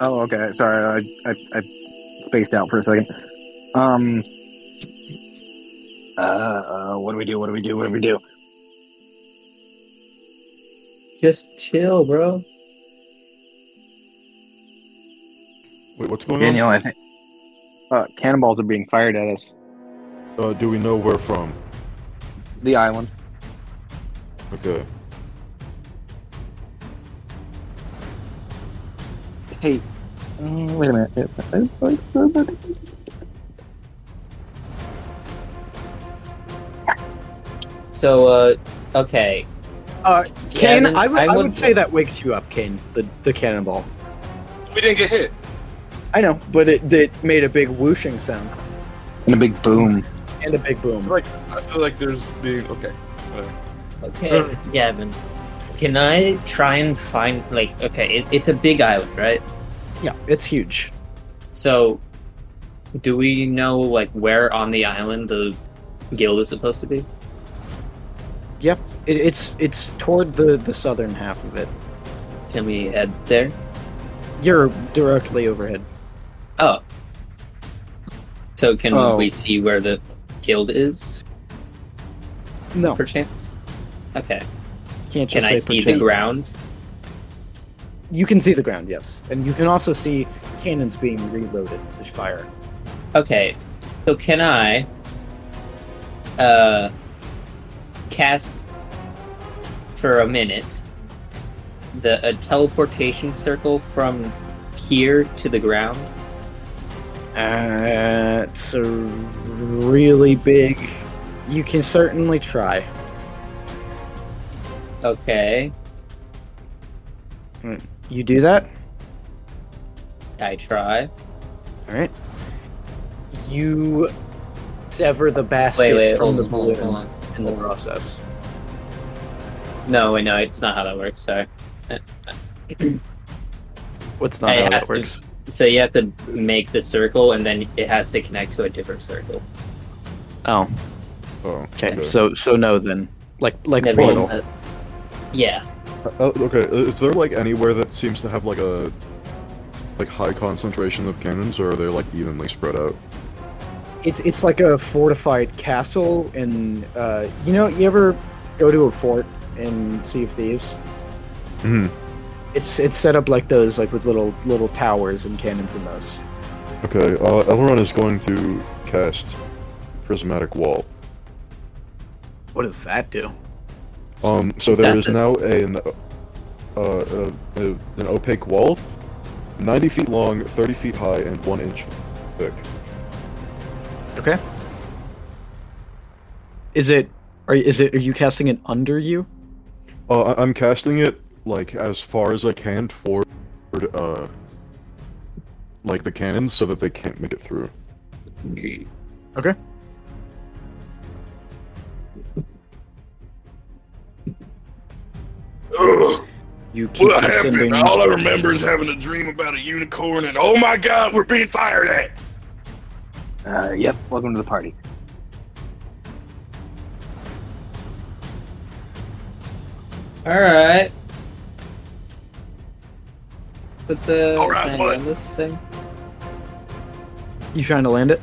oh, okay. Sorry, I, I, I spaced out for a second. Um, uh, uh, what do we do? What do we do? What do we do?
Just chill, bro.
Wait, what's going
Daniel, I think. Uh, cannonballs are being fired at us.
on? Uh, do we know where from?
The island.
Okay.
Hey,
Mm, wait a minute. It- it's like somebody-
So, uh, okay.
Uh, Kane,
Cannon-
I would-
I
I
would-
would say that wakes you up, Kane. The the cannonball.
We didn't get hit.
I know, but it, it made a big whooshing sound
And a big boom.
and a big boom.
I feel like there's being okay.
Okay, Gavin. Can I try and find, like, okay, it, it's a big island, right?
Yeah, it's huge.
So, do we know, like, where on the island the guild is supposed to be?
It, it's it's toward the the southern half of it.
Can we head there?
You're directly overhead.
Oh. So, can
Oh.
we see where the guild is,
No,
perchance? Okay.
can't just
Can I
say
see
perchance.
the ground?
You can see the ground, yes, and you can also see cannons being reloaded to fire.
Okay, so can I uh cast for a minute the a teleportation circle from here to the ground?
Uh, it's a really big. You can certainly try.
Okay,
You do that.
I try.
All right. You sever the basket
Wait, wait,
from
hold
the
on, hold on, hold
balloon
on.
in the
hold on.
process.
No, wait, no, it's not how that works. Sorry.
What's
not Hey, how that Aston. works? So you have to make the circle, and then it has to connect to a different circle.
Oh,
Oh,
okay. So, so no then. Like, like
Never used
portal.
that. Yeah.
Uh, okay, is there like anywhere that seems to have like a like high concentration of cannons, or are they like evenly spread out?
It's it's like a fortified castle, and uh, you know, you ever go to a fort in Sea of Thieves?
Mm-hmm.
Mhm.
It's it's set up like those, like with little little towers and cannons in those.
Okay, uh, Elrond is going to cast prismatic wall.
What does that do?
Um, so
Is
there
that
is
the-
now an uh, uh, uh, an opaque wall, ninety feet long, thirty feet high, and one inch thick.
Okay. Is it are is it are you casting it under you?
Uh, I- I'm casting it like as far as I can toward uh, like the cannons, so that they can't make it through.
Ugh,
You keep
what happened?
sending.
All I remember is having a dream about a unicorn, and oh my god, we're being fired at.
Uh, yep, welcome to the party.
All right. Let's uh
All right,
land
what?
on this thing.
You trying to land it?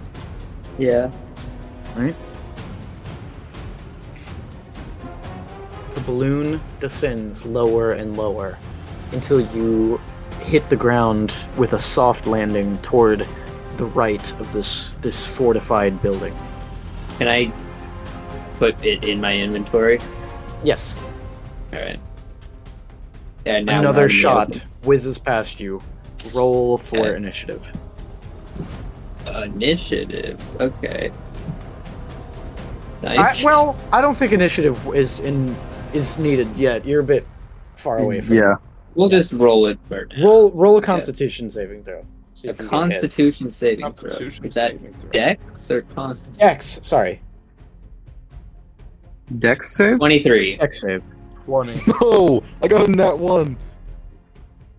Yeah.
The balloon descends lower and lower until you hit the ground with a soft landing toward the right of this this fortified building.
Can I put it in my inventory?
Yes,
All right. Yeah, now we're out
another
in the
shot whizzes past you. Roll for
Okay.
initiative.
open. Initiative. Okay.
I,
Nice.
well, I don't think initiative is in is needed yet. You're a bit far away from.
Yeah.
we'll just roll it. for now.
Roll roll a Constitution saving throw. See
a
if you can get hit.
Constitution saving throw.
Constitution
Is that
saving throw.
Dex or Constitution?
Dex, sorry,
Dex save?
Twenty-three.
Dex save.
No, Oh, I got a nat one.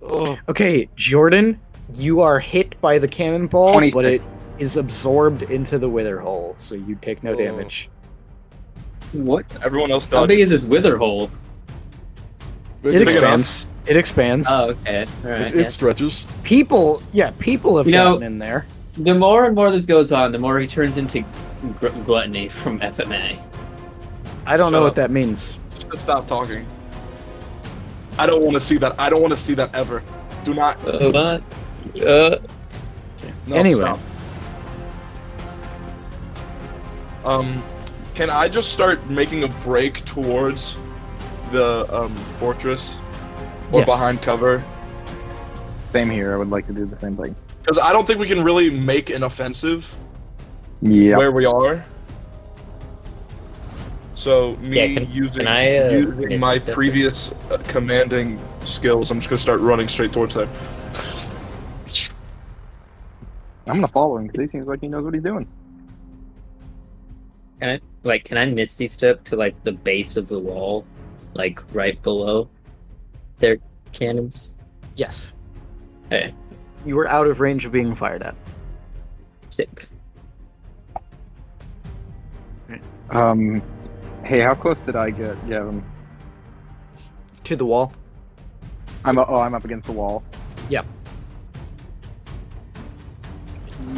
Oh,
Okay, Jordan, you are hit by the cannonball, but it
26.
is absorbed into the wither hole, so you take no
Oh.
damage.
What?
Everyone else
How
dodged.
big is this wither hole?
It
big enough.
expands. It expands.
Oh, okay. All right.
It,
yeah.
it stretches.
people, yeah, people have
You know-
gotten in there.
The more and more this goes on, the more he turns into gr- gluttony from FMA.
I don't know
Shut
what
up.
that means.
Just stop talking.
I don't want to see that. I don't want to see that ever. Do not.
Uh, what? Uh,
No,
anyway,
stop. Um, can I just start making a break towards the um, fortress or
Yes.
behind cover?
Same here. I would like to do the same thing.
Because I don't think we can really make an offensive
Yeah.
where we are. So me
Yeah, can-
using,
can I, uh,
using
miss
my
it?
previous uh, commanding skills, I'm just gonna start running straight towards them.
I'm gonna follow him because he seems like he knows what he's doing.
Like, can I misty step to like the base of the wall, like right below their cannons?
Yes.
Hey.
You were out of range of being fired at.
Sick.
Um, hey, how close did I get, um, Gavin?
To the wall.
I'm oh, I'm up against the wall.
Yep.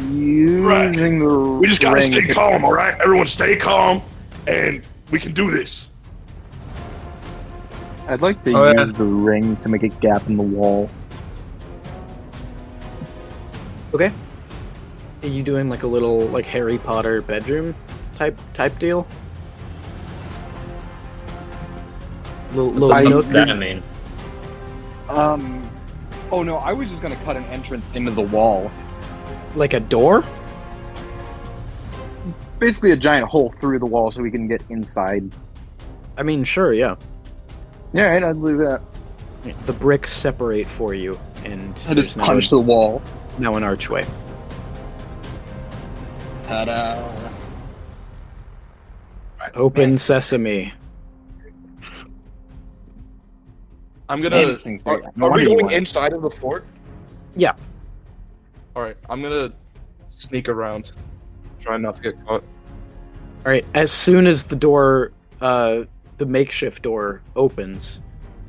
Using
Right.
the
We just gotta
ring
stay
to-
calm, all right? Everyone, stay calm, and we can do this.
I'd like to
Oh, yeah.
use the ring to make a gap in the wall.
Are you doing like a little like Harry Potter bedroom type type deal? Little, little
I-
nook.
That I mean,
Um. Oh no, I was just gonna cut an entrance into the wall.
like a door?
Basically, a giant hole through the wall so we can get inside.
I mean, sure, yeah.
Yeah, right, I'd leave that.
The bricks separate for you, and
I
there's
just
now,
punch the wall.
now an archway.
Ta-da!
Open sesame.
I'm
Man,
gonna.
this thing's
Are,
big. No
are we
wonder you
going
want it.
inside of the fort?
Yeah.
All right, I'm gonna sneak around, try not to get caught.
All right. As soon as the door, uh, the makeshift door opens,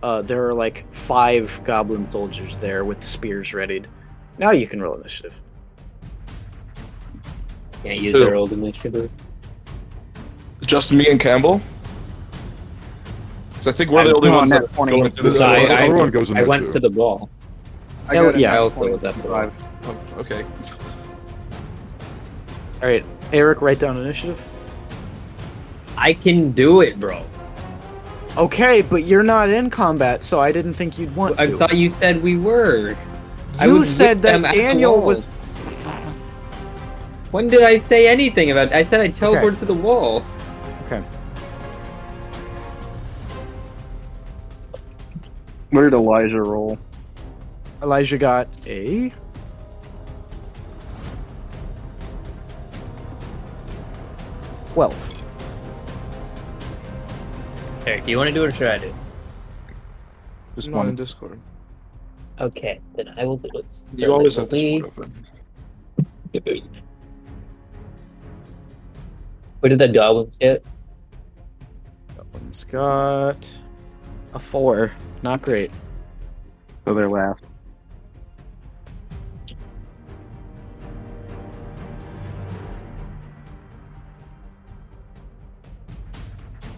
uh, there are like five goblin soldiers there with spears readied. Now you can roll initiative.
can't use their old initiative.
Just me and Campbell. Because I think we're the
I'm
only
on
ones
that
that
20.
going through this.
I-
everyone,
door.
I-
everyone goes in
I
there
went
too.
to the wall.
I got
yeah.
I
an
also
F20.
was at the wall.
Five.
Oh, okay.
All right, Eric, write down initiative.
I can do it, bro.
Okay, but you're not in combat, so I didn't think you'd want
I
to.
thought you said we were. I was
you
with
said that
them at the
Daniel
wall.
was.
When did I say anything about? I said I teleported to the wall.
What did Elijah roll?
Elijah got a. Twelve.
Eric, do you want to do it or should I do? it?
Just
Not in
one.
Discord.
Okay, then I will do it.
You always have Discord open.
What did the goblins get?
That one's got a four. Not great.
So they're last.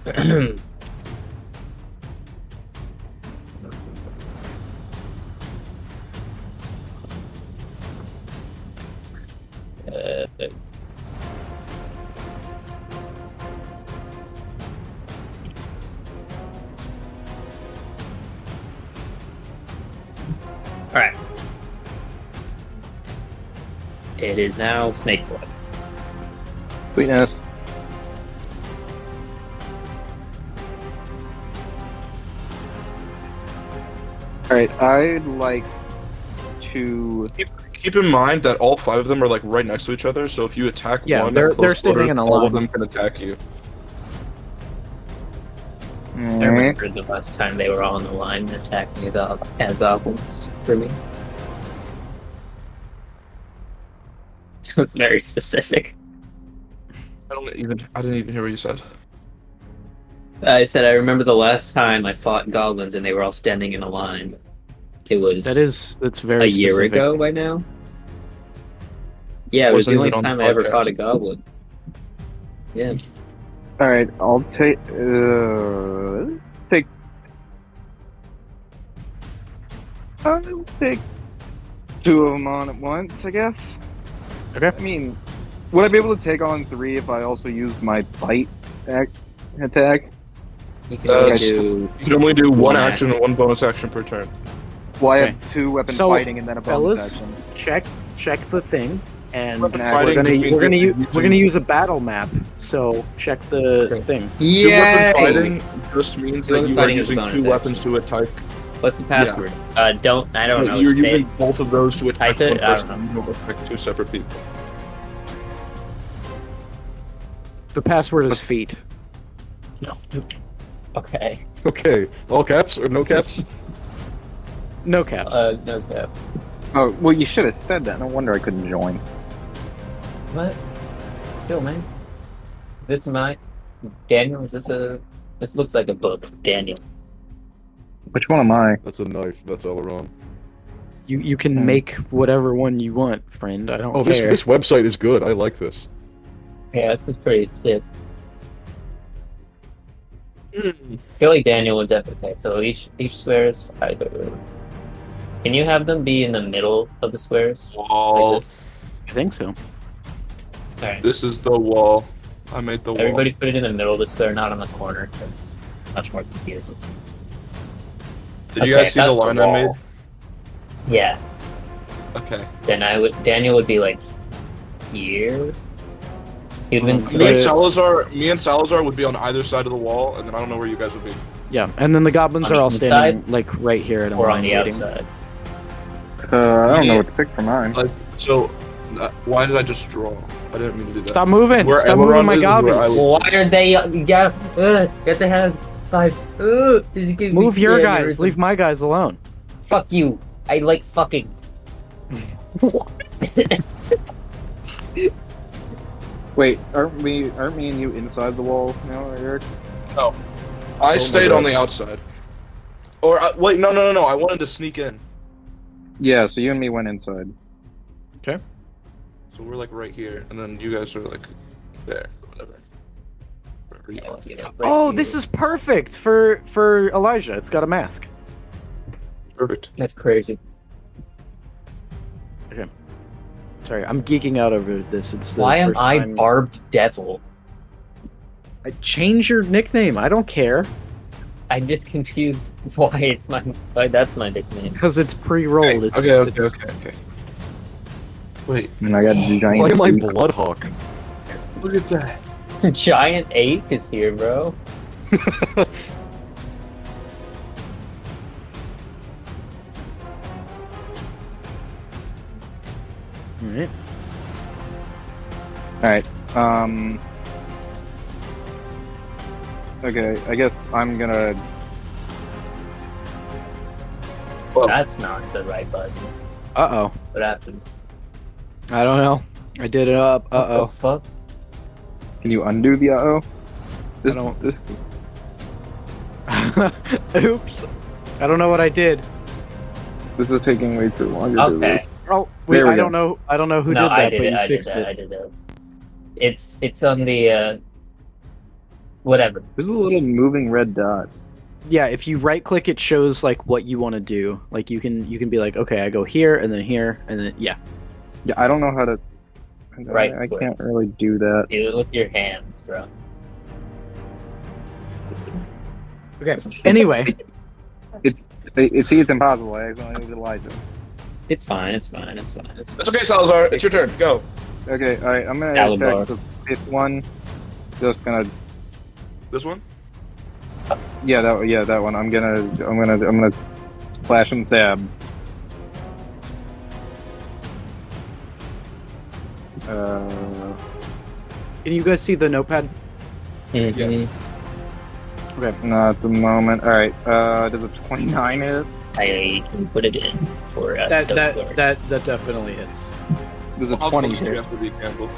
All right. It is now snake blood.
Sweetness. Alright, I'd like to.
Keep, keep in mind that all five of them are like right next to each other, so if you attack
Yeah,
one,
they're-
at close
they're standing
quarters,
in a
all
line.
of them can attack you.
I remember the last time they were all in the line and attacking as, gob- as goblins for me. That's very specific.
I don't even. I didn't even hear what you said.
I said I remember the last time I fought goblins and they were all standing in a line. It was
That is. That's very.
a year
specific.
ago by now. Yeah, it was
Wasn't
the only
even on the
time I ever
podcast.
fought a goblin. Yeah,
Alright, I'll take. Uh, take. I'll take two of them on at once, I guess.
Okay.
I mean, would I be able to take on three if I also used my bite ac- attack?
you can
Uh,
only
s-
do
You can only do one
One
action and one bonus action per turn.
Well, I
Okay.
have two weapon
So,
fighting and then a
fellas?
bonus action.
Check check the thing, and
Weapon
we're
fighting
gonna
just means
we're gonna
that
u-
you
we're gonna use a battle map. So check the
Okay.
thing.
Your
Yeah.
weapon fighting just means that
Weapon
you are
fighting is
using
bonus
two
action.
weapons to attack.
What's the password? Uh, don't I don't know.
You're
Say
using both of those to attack
Type
one
it? I
person. You don't attack two separate people.
The password is feet.
it. Okay.
Okay, all caps or no caps?
No caps.
Uh, no cap.
Oh, well, you should have said that. No wonder I couldn't join.
What? Yo, man. Is this my Daniel? Is this a? This looks like a book, Daniel.
Which one am I?
That's a knife. That's all wrong.
you you can make whatever one you want, friend. I don't
Oh, this
care.
this website is good. I like this.
Yeah, this is pretty sick. I feel like Daniel would definitely. Okay, so each each square is five. Can you have them be in the middle of the squares?
Wall.
Like this?
I think so.
All right.
This is the wall. I made the wall.
Everybody put it in the middle of the square, not on the corner. That's much more confusing.
Did you
Okay,
guys see the
that's the
line I
wall.
made?
Yeah.
Okay.
Then I would. Daniel would be like here. He'd been
Um,
to,
Me and
The-
Salazar, me and Salazar would be on either side of the wall, and then I don't know where you guys would be.
Yeah, and then the goblins
On
are
the
all standing like right here at a
or on
line
the
waiting.
outside.
Uh, I don't know what to pick for mine.
Like, so, uh, why did I just draw? I didn't mean to do that.
Stop moving!
Where
Stop moving
Elrond
my
is and where I
goblins!
was.
Why are they? Yeah, uh, get the hand five. Uh, this is gonna be
Move your
clear.
guys. Leave my guys alone.
Fuck you. I like fucking.
Wait, aren't we? Aren't me and you inside the wall now, Eric?
I stayed on the outside. Or I, wait, no, no, no, no. I wanted to sneak in,
Yeah. So you and me went inside.
so we're like right here, and then you guys are like there, whatever. Wherever you are.
Oh, this is perfect for for Elijah. It's got a mask.
Perfect.
that's crazy.
Sorry, I'm geeking out over this. It's the
Why am
first
I
time-
barbed devil?
I change your nickname. I don't care
I'm just confused. Why it's my? Why that's my nickname?
because it's pre-rolled. It's,
Okay, okay,
it's-
okay, okay. Wait,
And I got giant.
Why am I
feet.
Bloodhawk?
look at that.
Giant ape is here, bro.
Alright.
All right. Um. Okay. I guess I'm gonna.
Oh.
That's not the right button.
Uh-oh.
What happened?
I don't know. I did it up.
What
Uh-oh.
the fuck?
Can you undo the uh oh? This.
don't-
This.
Oops. I don't know what I did.
This is taking way too long to do
Okay.
this.
Oh, wait,
There we
I
go.
don't know. I don't know who
no,
did that,
I did
but
it.
you
I did
fixed
that. I
it.
did that. It's it's on the uh, whatever.
There's a little moving red dot.
Yeah, if you right click it shows like what you want to do. Like you can you can be like, "Okay, I go here and then here and then yeah."
Yeah. I don't know how to. I-
Right
I
click.
can't really do that.
Do it with your hands, bro.
Okay. Anyway,
It, it, see, it's impossible. I accidentally moved Elijah.
It's fine. It's fine. It's fine. It's fine.
That's okay, Salazar. It's your turn. Go.
Okay, alright, I'm gonna
Salazar.
attack the fifth one. Just gonna
This one.
yeah, that yeah, that one. I'm gonna I'm gonna I'm gonna flash and stab. Uh
can you guys see the notepad?
Mhm.
not at the moment. Alright, uh does a twenty nine hit?
I uh, can put it in for us.
That
don't
that
worry.
that that definitely hits.
Does a
How
twenty
close do you
hit?
have to be, Campbell?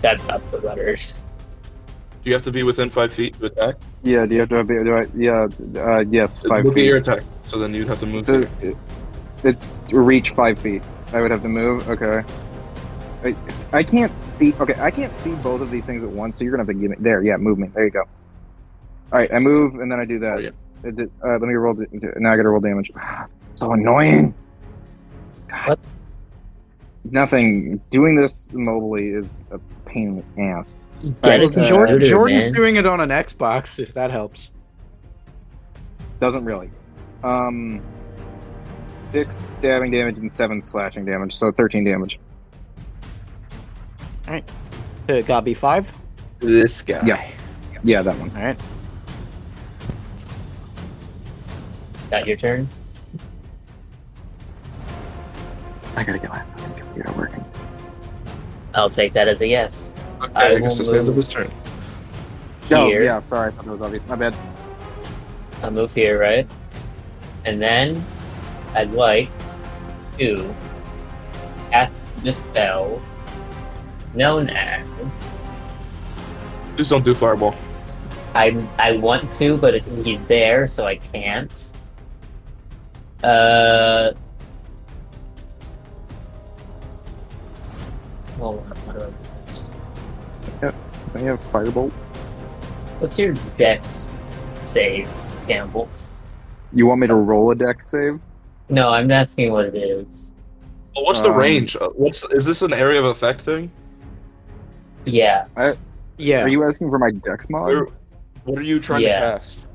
That's not the letters.
Do you have to be within five feet to attack?
Yeah, do you have to be do I, yeah uh yes,
It
five
would be your
feet.
attack. So then you'd have to move.
So
here.
it- it's reach five feet. I would have to move. Okay. I, I can't see. Okay, I can't see both of these things at once. So you're gonna have to give me there. Yeah, movement. There you go. All right, I move and then I do that.
Oh, yeah.
It did- uh, let me roll. d- d- Now I gotta roll damage. so annoying. God.
What?
Nothing. Doing this mobily is a pain in the ass.
Get
Alright,
it,
uh,
Jordan,
Jordan,
Jordan's
man.
doing it on an Xbox if that helps.
Doesn't really. Um. six stabbing damage and seven slashing damage, so 13 damage.
So it gotta be Uh, five.
This guy.
Yeah. Yeah, that one.
All right.
Got your turn.
I gotta get my fucking computer working.
I'll take that as a yes.
Okay,
I
I, guess
will
that's the end
move
of his turn.
Oh,
Here.
yeah, sorry. I thought it was obvious. My bad.
I'll move here, right? And then I'd like to cast the spell known as
Please don't do fireball.
I I want to, but it- he's there, so I can't. Uh. Hold on. what do I-
I have firebolt.
What's your dex save, Campbell?
You want me to roll a deck save?
No, I'm asking what it is.
Well, what's the
Um,
range? Uh, What's the, is this an area of effect thing?
Yeah,
Yeah.
Are you asking for my dex mod?
Or- What are you trying
Yeah.
to cast?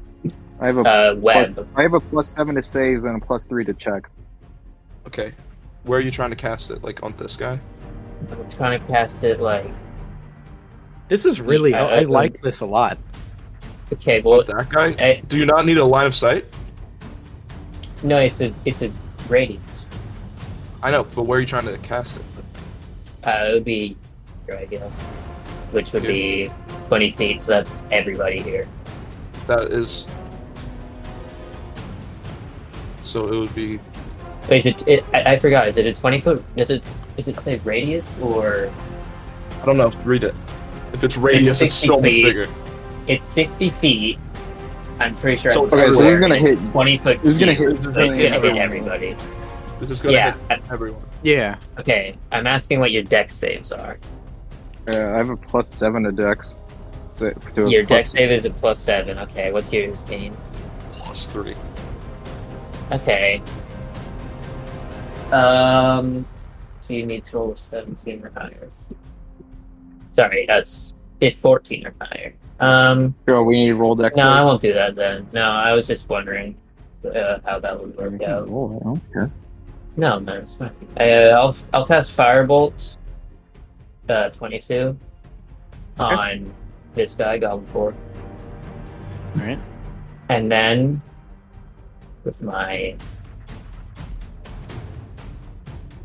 I have a
uh,
plus,
web.
I have a plus seven to saves and a plus three to check.
Okay, where are you trying to cast it? Like on this guy?
I'm trying to cast it like.
This is really.
I-
I,
I-
like this a lot.
Okay, well,
that guy?
I,
Do you not need a line of sight?
no, it's a it's a radius.
I know, but where are you trying to cast it?
Uh, it would be, I guess, which would be 20 feet. So that's everybody here.
That is. So it would be.
Wait, is it, it, I, I forgot. Is it a 20 foot? Does it is it say radius or
I don't know. Read it. If it's radius, it's,
60
so much
feet.
bigger.
it's 60 feet? I'm pretty sure.
So-
I'm
Okay, so he's
sure
gonna hit.
20 foot.
He's gonna
cube,
hit.
so it's gonna hit
everyone.
everybody.
This is gonna
Yeah.
hit everyone.
Yeah.
I- Okay. I'm asking what your deck saves are.
Uh, I have a plus seven to dex. So, to a
Your deck
plus-
save is a plus seven. Okay. What's yours, Kane?
Plus three.
Okay. Um, so you need to roll a 17 or higher. Sorry, that's it, 14 or higher. Um,
Sure, we need to roll dex.
no, I
save.
won't do that then. No, I was just wondering uh, how that would work out.
Roll, I don't care.
No, no, it's fine. Uh, I'll I'll cast firebolt, uh, 22, on this guy, Goblin Four.
All right.
And then with my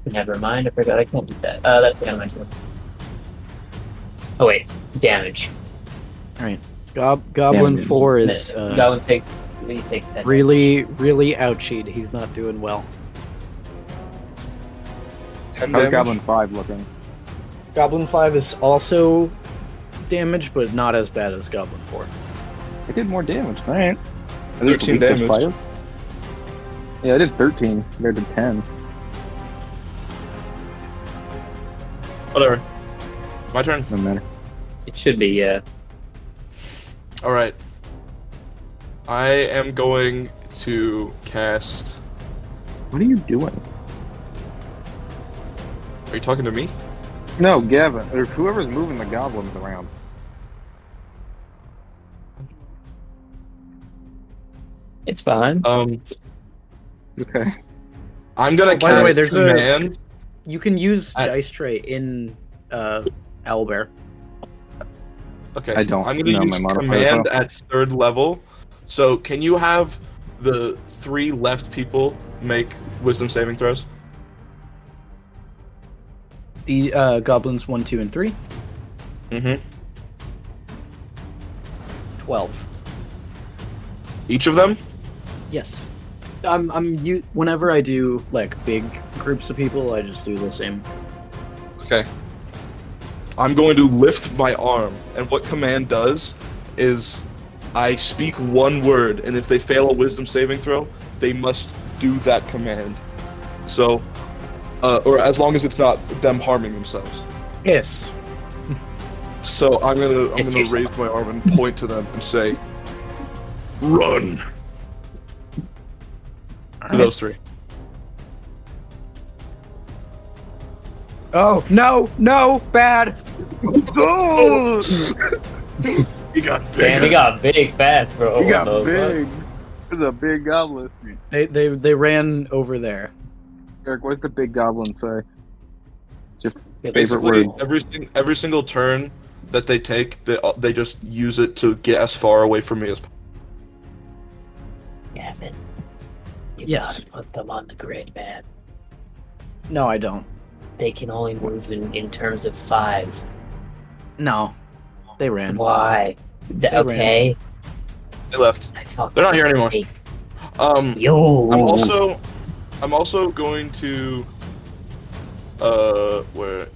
Never mind, I forgot I can't do that. Uh that's the end of my turn. Oh wait, damage.
Gob- Goblin
Damn.
four is
that
uh,
one takes he takes ten.
really, really ouchied. He's not doing well.
Ten
How's
damage?
Goblin five looking?
Goblin five is also damaged, but not as bad as Goblin four.
It did more damage. All right. Is this
13
weak to
damage.
fire? Yeah, I did 13 compared to 10.
Whatever. My turn.
No matter.
It should be, uh, yeah.
All right. I am going to cast.
What are you doing?
Are you talking to me?
No, Gavin, or whoever's moving the goblins around.
It's fine.
Um,
Okay.
I'm gonna
Oh,
cast
by the way, there's a-
command.
You can use
I-
dice tray in uh, Owlbear.
Okay.
I don't
I'm gonna
know my
use
modifier as
command at third level. So can you have the three left people make wisdom saving throws?
The uh, goblins one, two, and three.
Mm-hmm.
Twelve.
Each of them.
Yes. I'm. I'm. You. Whenever I do like big groups of people, I just do the same.
Okay. I'm going to lift my arm, and what command does is I speak one word, and if they fail a wisdom saving throw, they must do that command. So, uh, or as long as it's not them harming themselves.
Yes.
So I'm gonna I'm
It's
gonna
yourself.
raise my arm and point to them and say, "Run!" To those three.
Oh no! No! Bad.
he got big.
Damn, he got big fast, bro. What the fuck?
There's a big goblin.
They they they ran over there.
Eric, what's the big goblin say?
Basically,
word.
every sing- every single turn that they take, they uh, they just use it to get as far away from me as.
Gavin. You
Yes.
gotta put them on the grid, man.
No, I don't.
They can only move in, in terms of five.
No, they ran.
Why? The-
They ran.
okay.
They left.
I fuck.
They're not here anymore.
Hey,
Um,
Yo.
I'm also, I'm also going to, uh, where,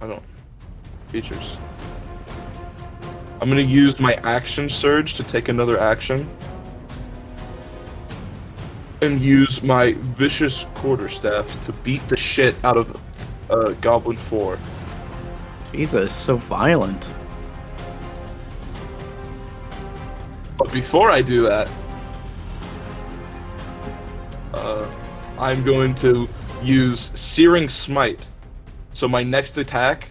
I don't, features. I'm gonna use my action surge to take another action, and use my vicious quarterstaff to beat the shit out of, uh, Goblin Four.
Jesus, so violent.
But before I do that, uh, I'm going to use Searing Smite. So my next attack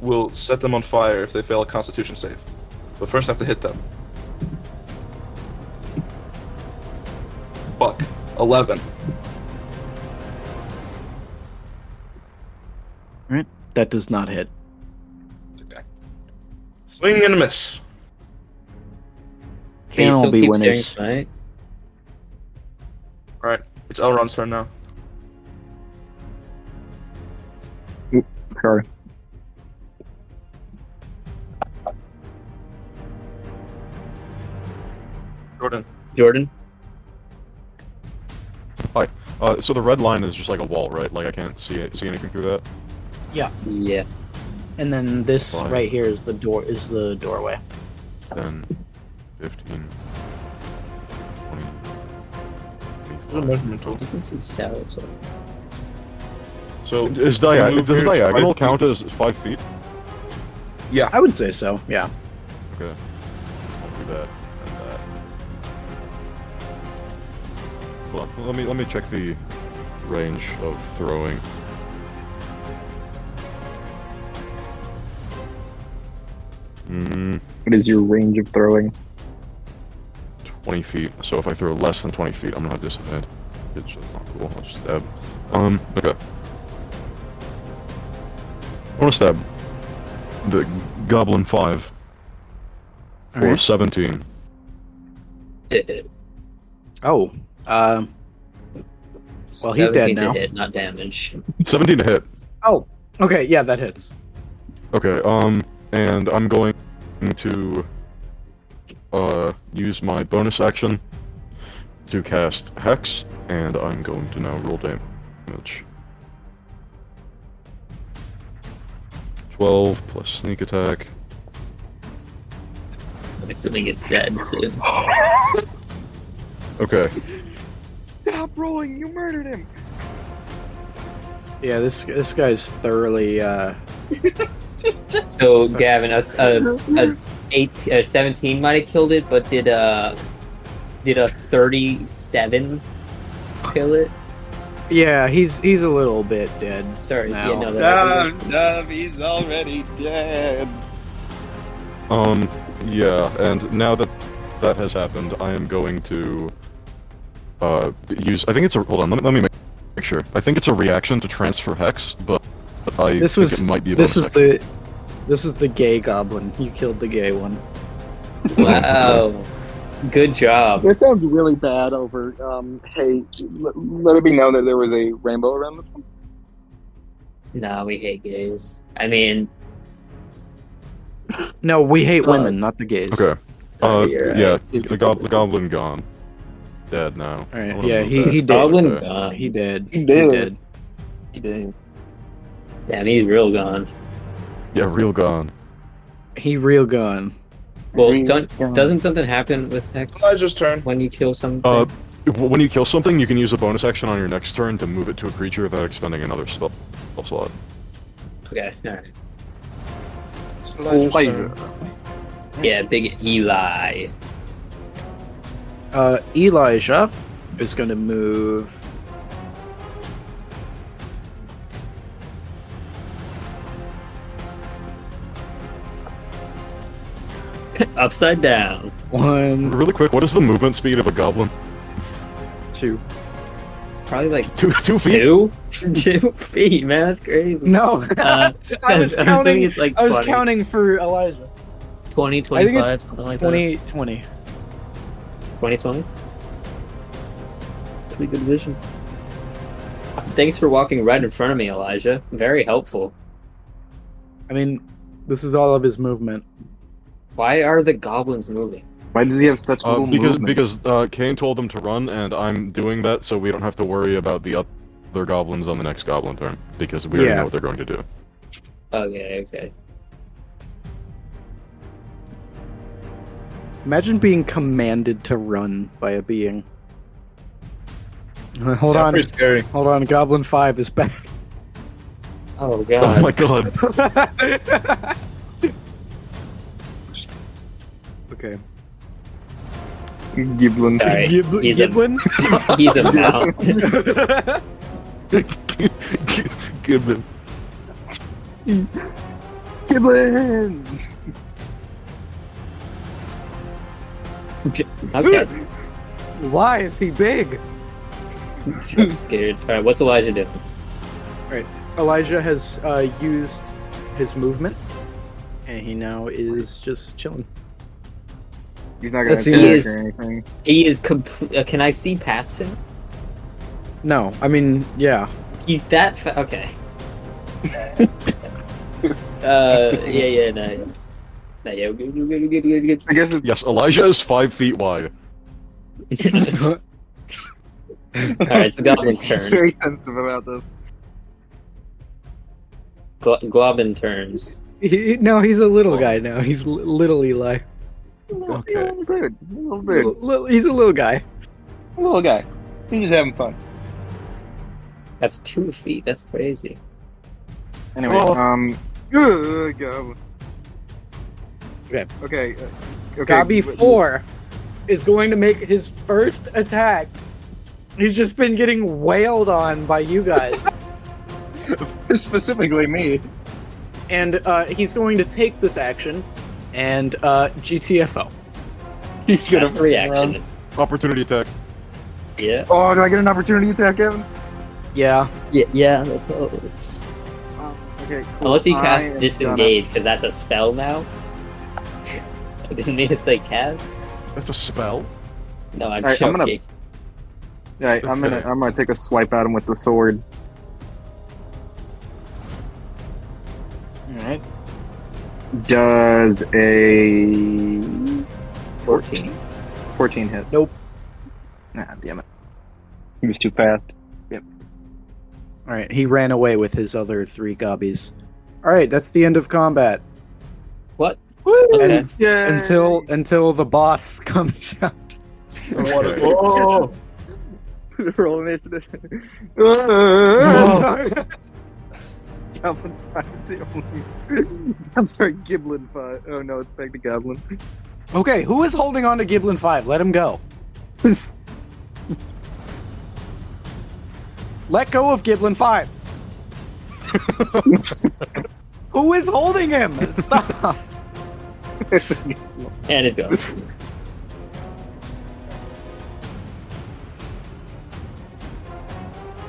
will set them on fire if they fail a Constitution save. But first I have to hit them. Fuck. 11.
That does not hit.
Okay. Swing and a miss.
Can you
Can't all
still
be
keep
winners.
staring at
Alright, it's Elrond's turn now.
Sorry.
Jordan.
Jordan?
Uh, so the red line is just like a wall, right? Like I can't see it, see anything through that.
Yeah.
And then this
Fine.
right here is the door is the doorway.
Then 15, 20,
Monumental.
You can see shadows. so-
So,
Is diag-
Move
does
here,
diagonal
five
count as five feet?
I would say so. Yeah.
Okay. I'll do that and that. Hold on. Let me let me check the range of throwing. Mm,
What is your range of throwing?
20 feet. So if I throw less than 20 feet, I'm gonna have disadvantage. It's just not cool. I'll just stab. Um. Okay. I want to stab the goblin five for
Alright.
17.
Did it.
Oh. Um. Well, he's dead
17 to
now.
hit, not damage.
17 to hit.
Oh. Okay. Yeah, that hits.
Okay, um, and I'm going to uh, use my bonus action to cast Hex, and I'm going to now roll damage. 12 plus sneak attack.
I'm assuming it's dead soon.
Okay,
Stop rolling! You murdered him.
Yeah. This this guy's thoroughly. uh
So, Gavin, a, a, a, eight, a 17 might have killed it, but did a, did a 37 kill it?
Yeah. He's he's a little bit dead.
Sorry,
No.
yeah, no,
No,
that
no, he's already dead.
um, yeah, and now that that has happened, I am going to uh, use. I think it's a. Hold on, let me, let me make, make sure. I think it's a reaction to transfer Hex, but I
This
think
was-
it might be a
This
bonus
is
action.
the. This is the gay goblin. You killed the gay one.
Wow. Oh, Good job.
This sounds really bad. Over, um, hey, l- let it be known that there was a rainbow around this one.
Nah, we hate gays. I mean,
No, we hate
Uh,
women, not the gays.
Okay. Uh,
you're
yeah, the, gob- the goblin gone. Dead now.
All
I
right.
wanna
Yeah.
move
He
back.
he did.
Goblin
Okay.
gone.
He did.
He
He
did.
did.
Damn, he's real gone.
Yeah, real gone.
He real gone.
Well, don't, doesn't something happen with Hex
Elijah's turn.
when you kill something?
Uh, w- when you kill something, you can use a bonus action on your next turn to move it to a creature without expending another spell spell slot.
okay, alright.
It's Elijah's
Elijah.
turn.
Yeah, big Eli.
Uh, Elijah is going to move.
Upside down.
One.
Really quick, what is the movement speed of a goblin?
two?
Probably like
Two two feet.
two, two feet, man. That's crazy.
No,
Uh,
I was
I'm
counting.
assuming it's like
I
20,
was counting for Elijah.
20,
I think it's
25, something like
20, 20.
that. 20, 20. Pretty good vision. Thanks for walking right in front of me, Elijah. Very helpful.
I mean, this is all of his movement.
Why are the goblins moving?
Why did he have such
Uh,
little
because
movement?
because uh, Kane told them to run, and I'm doing that, so we don't have to worry about the other goblins on the next goblin turn because we already
Yeah.
know what they're going to do.
Okay, okay.
Imagine being commanded to run by a being. Uh, Hold on,
Pretty scary.
hold on. Goblin five is back.
Oh
Oh
god.
my god!
okay.
Giblin.
Sorry.
Gib-
he's a-
Giblin?
He's a mount.
Goblin.
Giblin.
Okay.
Why is he big?
I'm scared. Alright, what's Elijah doing?
Elijah has uh, used his movement, and he now is just chilling.
He's not gonna
That's-
attack
he's-
or anything.
He is complete. Uh, can I see past him?
No, I mean, yeah.
He's that fa- okay. uh, yeah, yeah, no, yeah. no, yeah, good, good, good, good, good, good.
I guess it's
Yes, Elijah is five feet wide.
All right, it's the goblin's
he's
turn.
very sensitive about this.
Glo- Globin turns.
He, no, he's a little guy now. He's li- little Eli.
Okay.
Little dude, little dude,
Little, little, he's a little guy.
little guy. He's just having fun.
That's two feet. That's crazy.
Anyway,
Oh.
um, uh, go.
Okay.
Okay. uh, Okay.
Gobby
wait,
four is going to make his first attack. He's just been getting wailed on by you guys.
Specifically me.
and uh, he's going to take this action and uh, GTFO.
He's gonna.
That's a reaction.
Opportunity attack.
Yeah.
Oh, do I get an opportunity attack, Kevin?
Yeah.
Yeah. Yeah. That's how it works.
Um, okay. Cool.
Unless he
I
casts
am
disengage, because that's a spell now. I didn't mean to say cast.
That's a spell.
No, I'm
Alright, I'm
joking.
gonna- Gonna, alright, I'm gonna.
Okay.
I'm gonna take a swipe at him with the sword.
All right.
Does a
14.
14 hit?
Nope.
Nah, damn it. He was too fast.
All right. He ran away with his other three gobbies. All right. That's the end of combat
Okay.
And- until until the boss comes out.
What a-
Okay.
oh,
roll initiative.
Oh,
Goblin five, the only. I'm sorry, Giblin five. Oh no, it's back to Goblin.
Okay. Who is holding on to Giblin Five? Let him go. Let go of Giblin Five. Who is holding him? Stop.
And it's gone.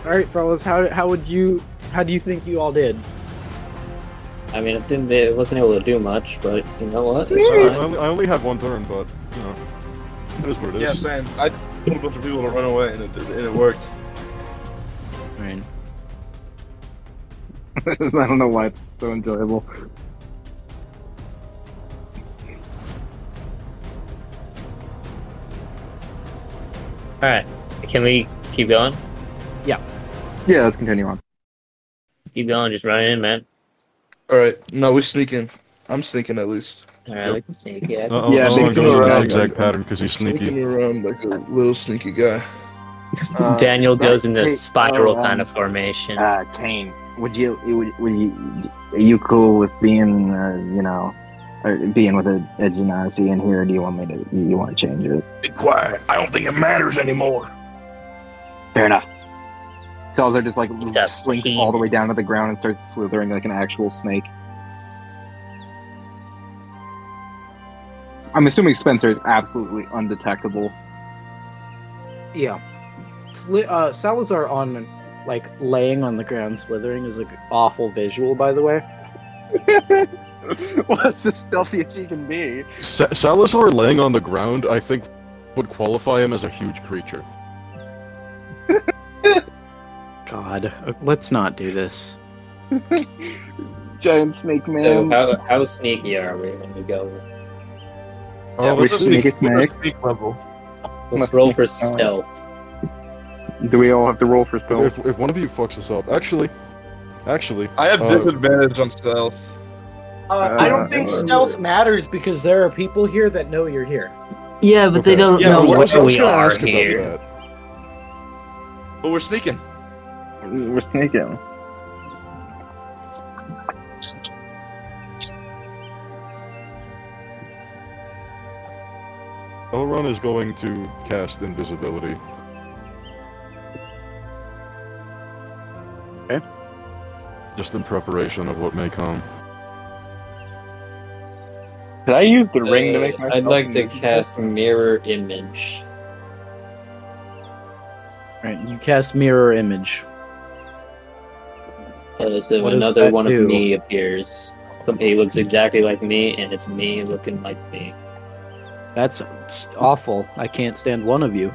All right, fellas. How how would you how do you think you all did?
I mean, it didn't. It wasn't able to do much, but you know what?
I,
It's
I
fine.
only, I only had one turn, but you know, it is what it is.
yeah, same. I told a bunch of people to run away, and it, and it worked.
Right.
I don't know why it's so enjoyable.
All right. Can we keep going?
Yeah, let's continue on.
Keep going. Just run in, man.
All right. No, we sneak in. I'm sneaking at least.
All right. we can take it.
Uh-oh,
Yeah,
I'm
sneaks
going
him
in a
around.
zigzag pattern because he's sneaky.
Sneaking around like a little sneaky guy.
Uh,
Daniel goes in
hey,
this spiral
oh,
kind
um,
of formation.
Uh, Kane, would you would, would you are you cool with being uh, you know uh, being with a, a genasi in here? Or do you want me to you want to change it?
Be quiet. I don't think it matters anymore.
Fair enough. Salzar just like
a
slinks all the way down
penis.
to the ground and starts slithering like an actual snake. I'm assuming Spencer is absolutely undetectable.
Yeah. Sli- uh, Salazar on like laying on the ground slithering is an awful visual, by the way.
well, it's the stealthiest you can be.
Sa- Salazar laying on the ground, I think, would qualify him as a huge creature.
God, uh, let's not do this.
Giant snake
So
man.
how, how sneaky are we when we go?
Oh,
Which
let's just
snake is
What's
next?
the sneak level?
Let's roll for stealth.
Do we all have to roll for stealth?
If, if one of you fucks us up, actually, actually,
I have
Uh,
disadvantage on stealth.
Uh,
I don't think
uh,
stealth matters because there are people here that know you're here.
Yeah, but they
Okay.
don't
Yeah,
know
but
I was- I
where
was
we
gonna
are
ask about
here.
that.
But we're sneaking.
We're sneaking.
Elrond is going to cast invisibility.
Okay.
Just in preparation of what may come.
Did I use the ring to make
Uh,
myself?
I'd like to
invisible?
cast mirror image.
Right, you cast mirror image.
Uh, so
What does
another
that
one
do?
of me appears. Somebody looks exactly like me, and it's me looking like me.
That's it's awful. I can't stand one of you.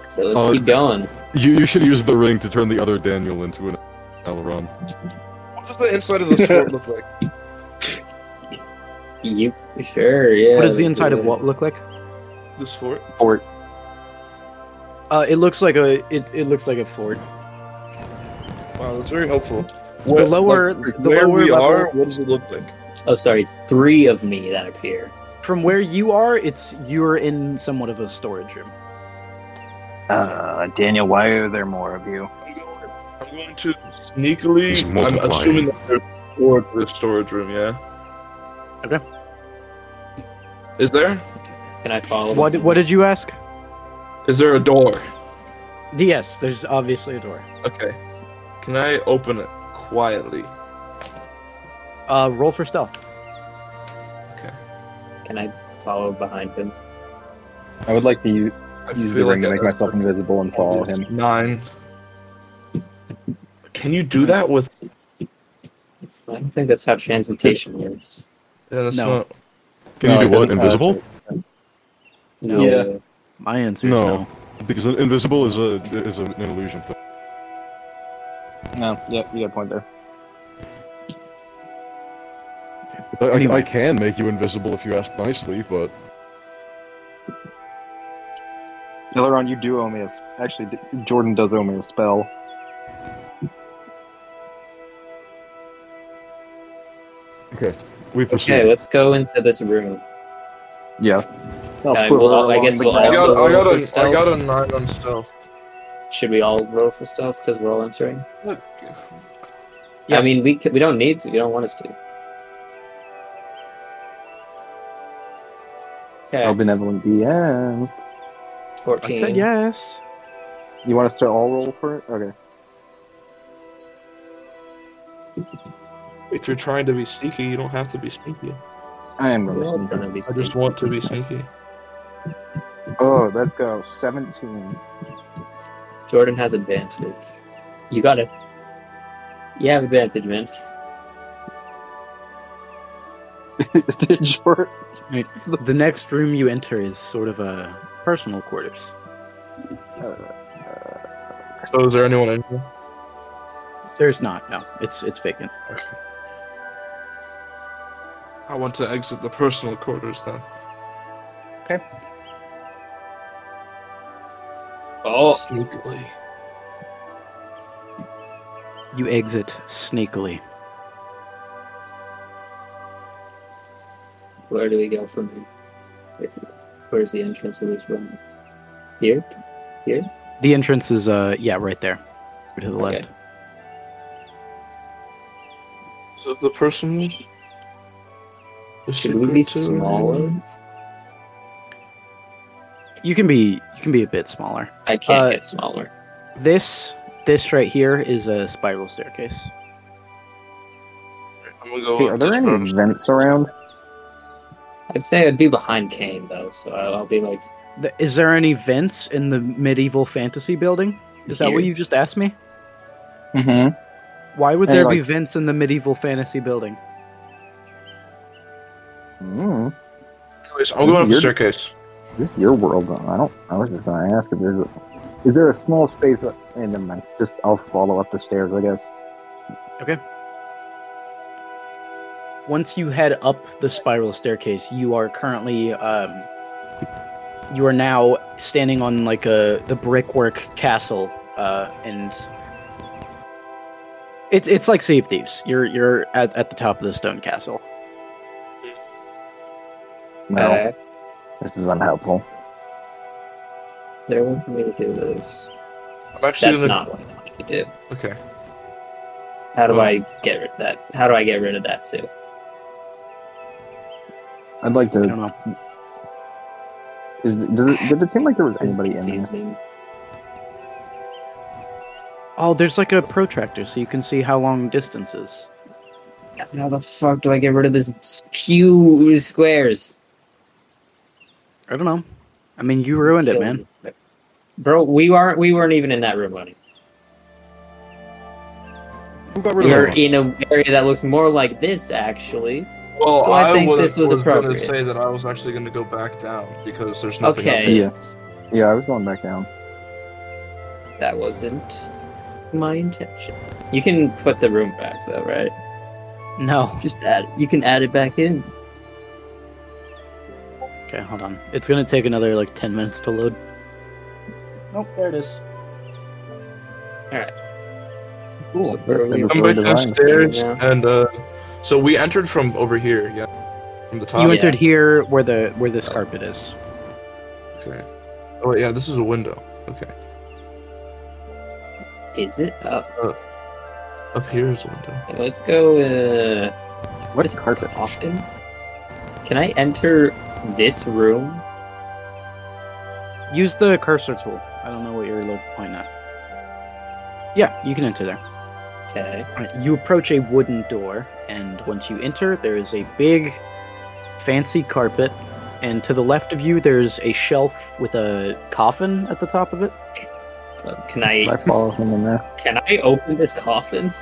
So let's
Oh,
keep going.
You you should use the ring to turn the other Daniel into an Elrond.
What does the inside of the sword look like?
You sure? Yeah.
what does the
let's
inside
do
of
that.
what look like?
This fort?
Uh, it looks like a it, it looks like a floor.
Wow, that's very helpful.
The lower-
like,
the
where
lower
we
level-
are, what does it look like?
Oh, sorry. It's three of me that appear.
From where you are, it's you're in somewhat of a storage room.
Uh, Daniel, why are there more of you?
I'm going, I'm going to
He's
sneakily. I'm
multiplying.
assuming that there's four to the storage room. Yeah.
Okay.
Is there?
Can I follow?
What
them?
what did you ask?
Is there a door?
Yes, there's obviously a door.
Okay. Can I open it quietly?
Uh, roll for stealth.
Can I follow behind him?
I would like to use,
I
use the ring to
I-
make myself invisible and follow him.
Nine. Can you do that with?
It's, I don't think that's how transmutation works.
Yeah, that's
No.
not.
Can
No,
you do
it
what?
doesn't- uh,
Invisible?
No,
Yeah.
my answer is
No.
no.
Because in- invisible is a is an illusion thing.
No, yep, you got a point there.
I, I-
Anyway.
I can make you invisible if you ask nicely, but
Aileron, you do owe me a. s- Actually, D- Jordan does owe me a spell.
okay, we proceed.
Okay, let's go into this room.
Yeah. I'll
Okay,
swivel
well, I
along
guess
the
we'll
I
ground.
Also
got, I, got
roll for
a,
stealth.
I got a nine on stealth.
Should we all roll for stuff because we're all entering?
Look,
I mean, we c- we don't need to. You don't want us to.
Oh,
Okay,
benevolent DM.
fourteen.
I said yes.
You want us to all roll for it? Okay.
If you're trying to be sneaky, you don't have to be sneaky.
I am
We're all
rolling.
gonna be
I just want to be sneaky.
Oh, let's go. 17.
Jordan has advantage. You got it. You have advantage, man.
Jordan.
The next room you enter is sort of a personal quarters.
So is there anyone in here?
There's not. No, it's it's vacant.
I want to exit the personal quarters then.
Oh,
Sneakily.
You exit sneakily.
where do we go from here? Where's the entrance of this room? Here.
The entrance is uh yeah right there, to the
Okay.
left.
So the person. The
Should we be
secret to-
smaller?
You can be you can be a bit smaller.
I can't
Uh,
get smaller.
This this right here is a spiral staircase.
I'm gonna go
Hey,
up
are there
this
any
first.
vents around?
I'd say I'd be behind Kane though, so I'll I'll be like
Th- Is there any vents in the medieval fantasy building? Is that what
Here.
you just asked me?
Mm-hmm.
Why would
Hey,
there be
like-
vents in the medieval fantasy building?
Mm.
Anyways, I'm going up the
You're-
staircase.
This is your world. though. I don't. I was just going to ask if there's. A, is there a small space? up- And then I just I'll follow up the stairs. I guess.
Once you head up the spiral staircase, you are currently um, you are now standing on like a the brickwork castle, uh, and it's it's like Sea of Thieves. You're you're at, at the top of the stone castle.
No,
Uh,
this is unhelpful.
There one for me to do this.
I'm actually
That's
gonna-
not what I wanted to do.
Okay.
How do
Well-
I get rid of that? How do I get rid of that too?
I'd like
I don't
to.
know.
Is, does it, did it seem like there was anybody in there?
Confusing.
Oh, there's like a protractor, so you can see how long distance is.
How the fuck do I get rid of this Q squares?
I don't know. I mean, you ruined it, man.
Bro, we weren't we weren't even in that room, honey.
Who got rid
We
of
were
that?
in an area that looks more like this, actually.
Well,
So I
I,
think
was,
this was
was going to
appropriate.
say that I was actually going to go back down because there's nothing.
Okay.
Up here.
Yeah. Yeah, I was going back down.
That wasn't my intention. You can put the room back though, right?
No.
Just add. You can add it back in.
Okay, hold on. It's gonna take another like ten minutes to load. Nope, there it is.
Cool. So where are we?
Then
Come
before
back
the vine.
downstairs,
Yeah.
and uh, so we entered from over here. Yeah, from the top.
You
yeah.
entered here where the where this carpet is.
Okay. Oh wait, yeah, this is a window. Okay.
Is it up?
Up here is a window.
Let's go. Uh,
What
is this
carpet?
Coffin? Can I enter this room?
Use the cursor tool. I don't know what you're lo- pointing at. Yeah, you can enter there.
Okay.
Alright, You approach a wooden door, and once you enter, there is a big, fancy carpet, and to the left of you, there's a shelf with a coffin at the top of it.
Uh, Can
I
I?
follow him in there.
Can I open this coffin?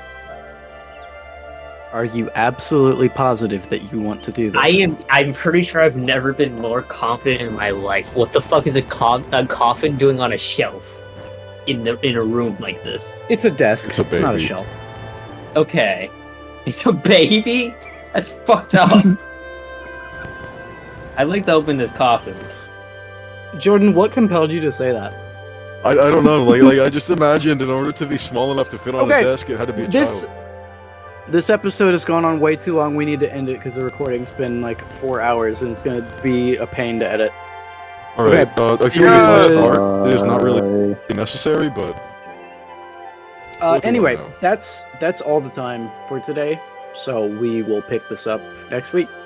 Are you absolutely positive that you want to do this?
I am. I'm pretty sure I've never been more confident in my life. What the fuck is a, co- a coffin doing on a shelf in the in a room like this?
It's a desk.
It's a
it's not a
baby.
shelf.
Okay, it's a baby. That's fucked up. I'd like to open this coffin.
Jordan, what compelled you to say that?
I, I don't know. Like, like I just imagined in order to be small enough to fit on
Okay,
a desk, it had to be a
This
child.
this episode has gone on way too long. We need to end it because the recording's been like four hours, and it's going to be a pain to edit. Uh,
All right. Uh, I feel this
Yeah.
last part is not really
Uh,
necessary, but
Uh,
Look at
anyway,
one now.
that's that's all the time for today. So we will pick this up next week.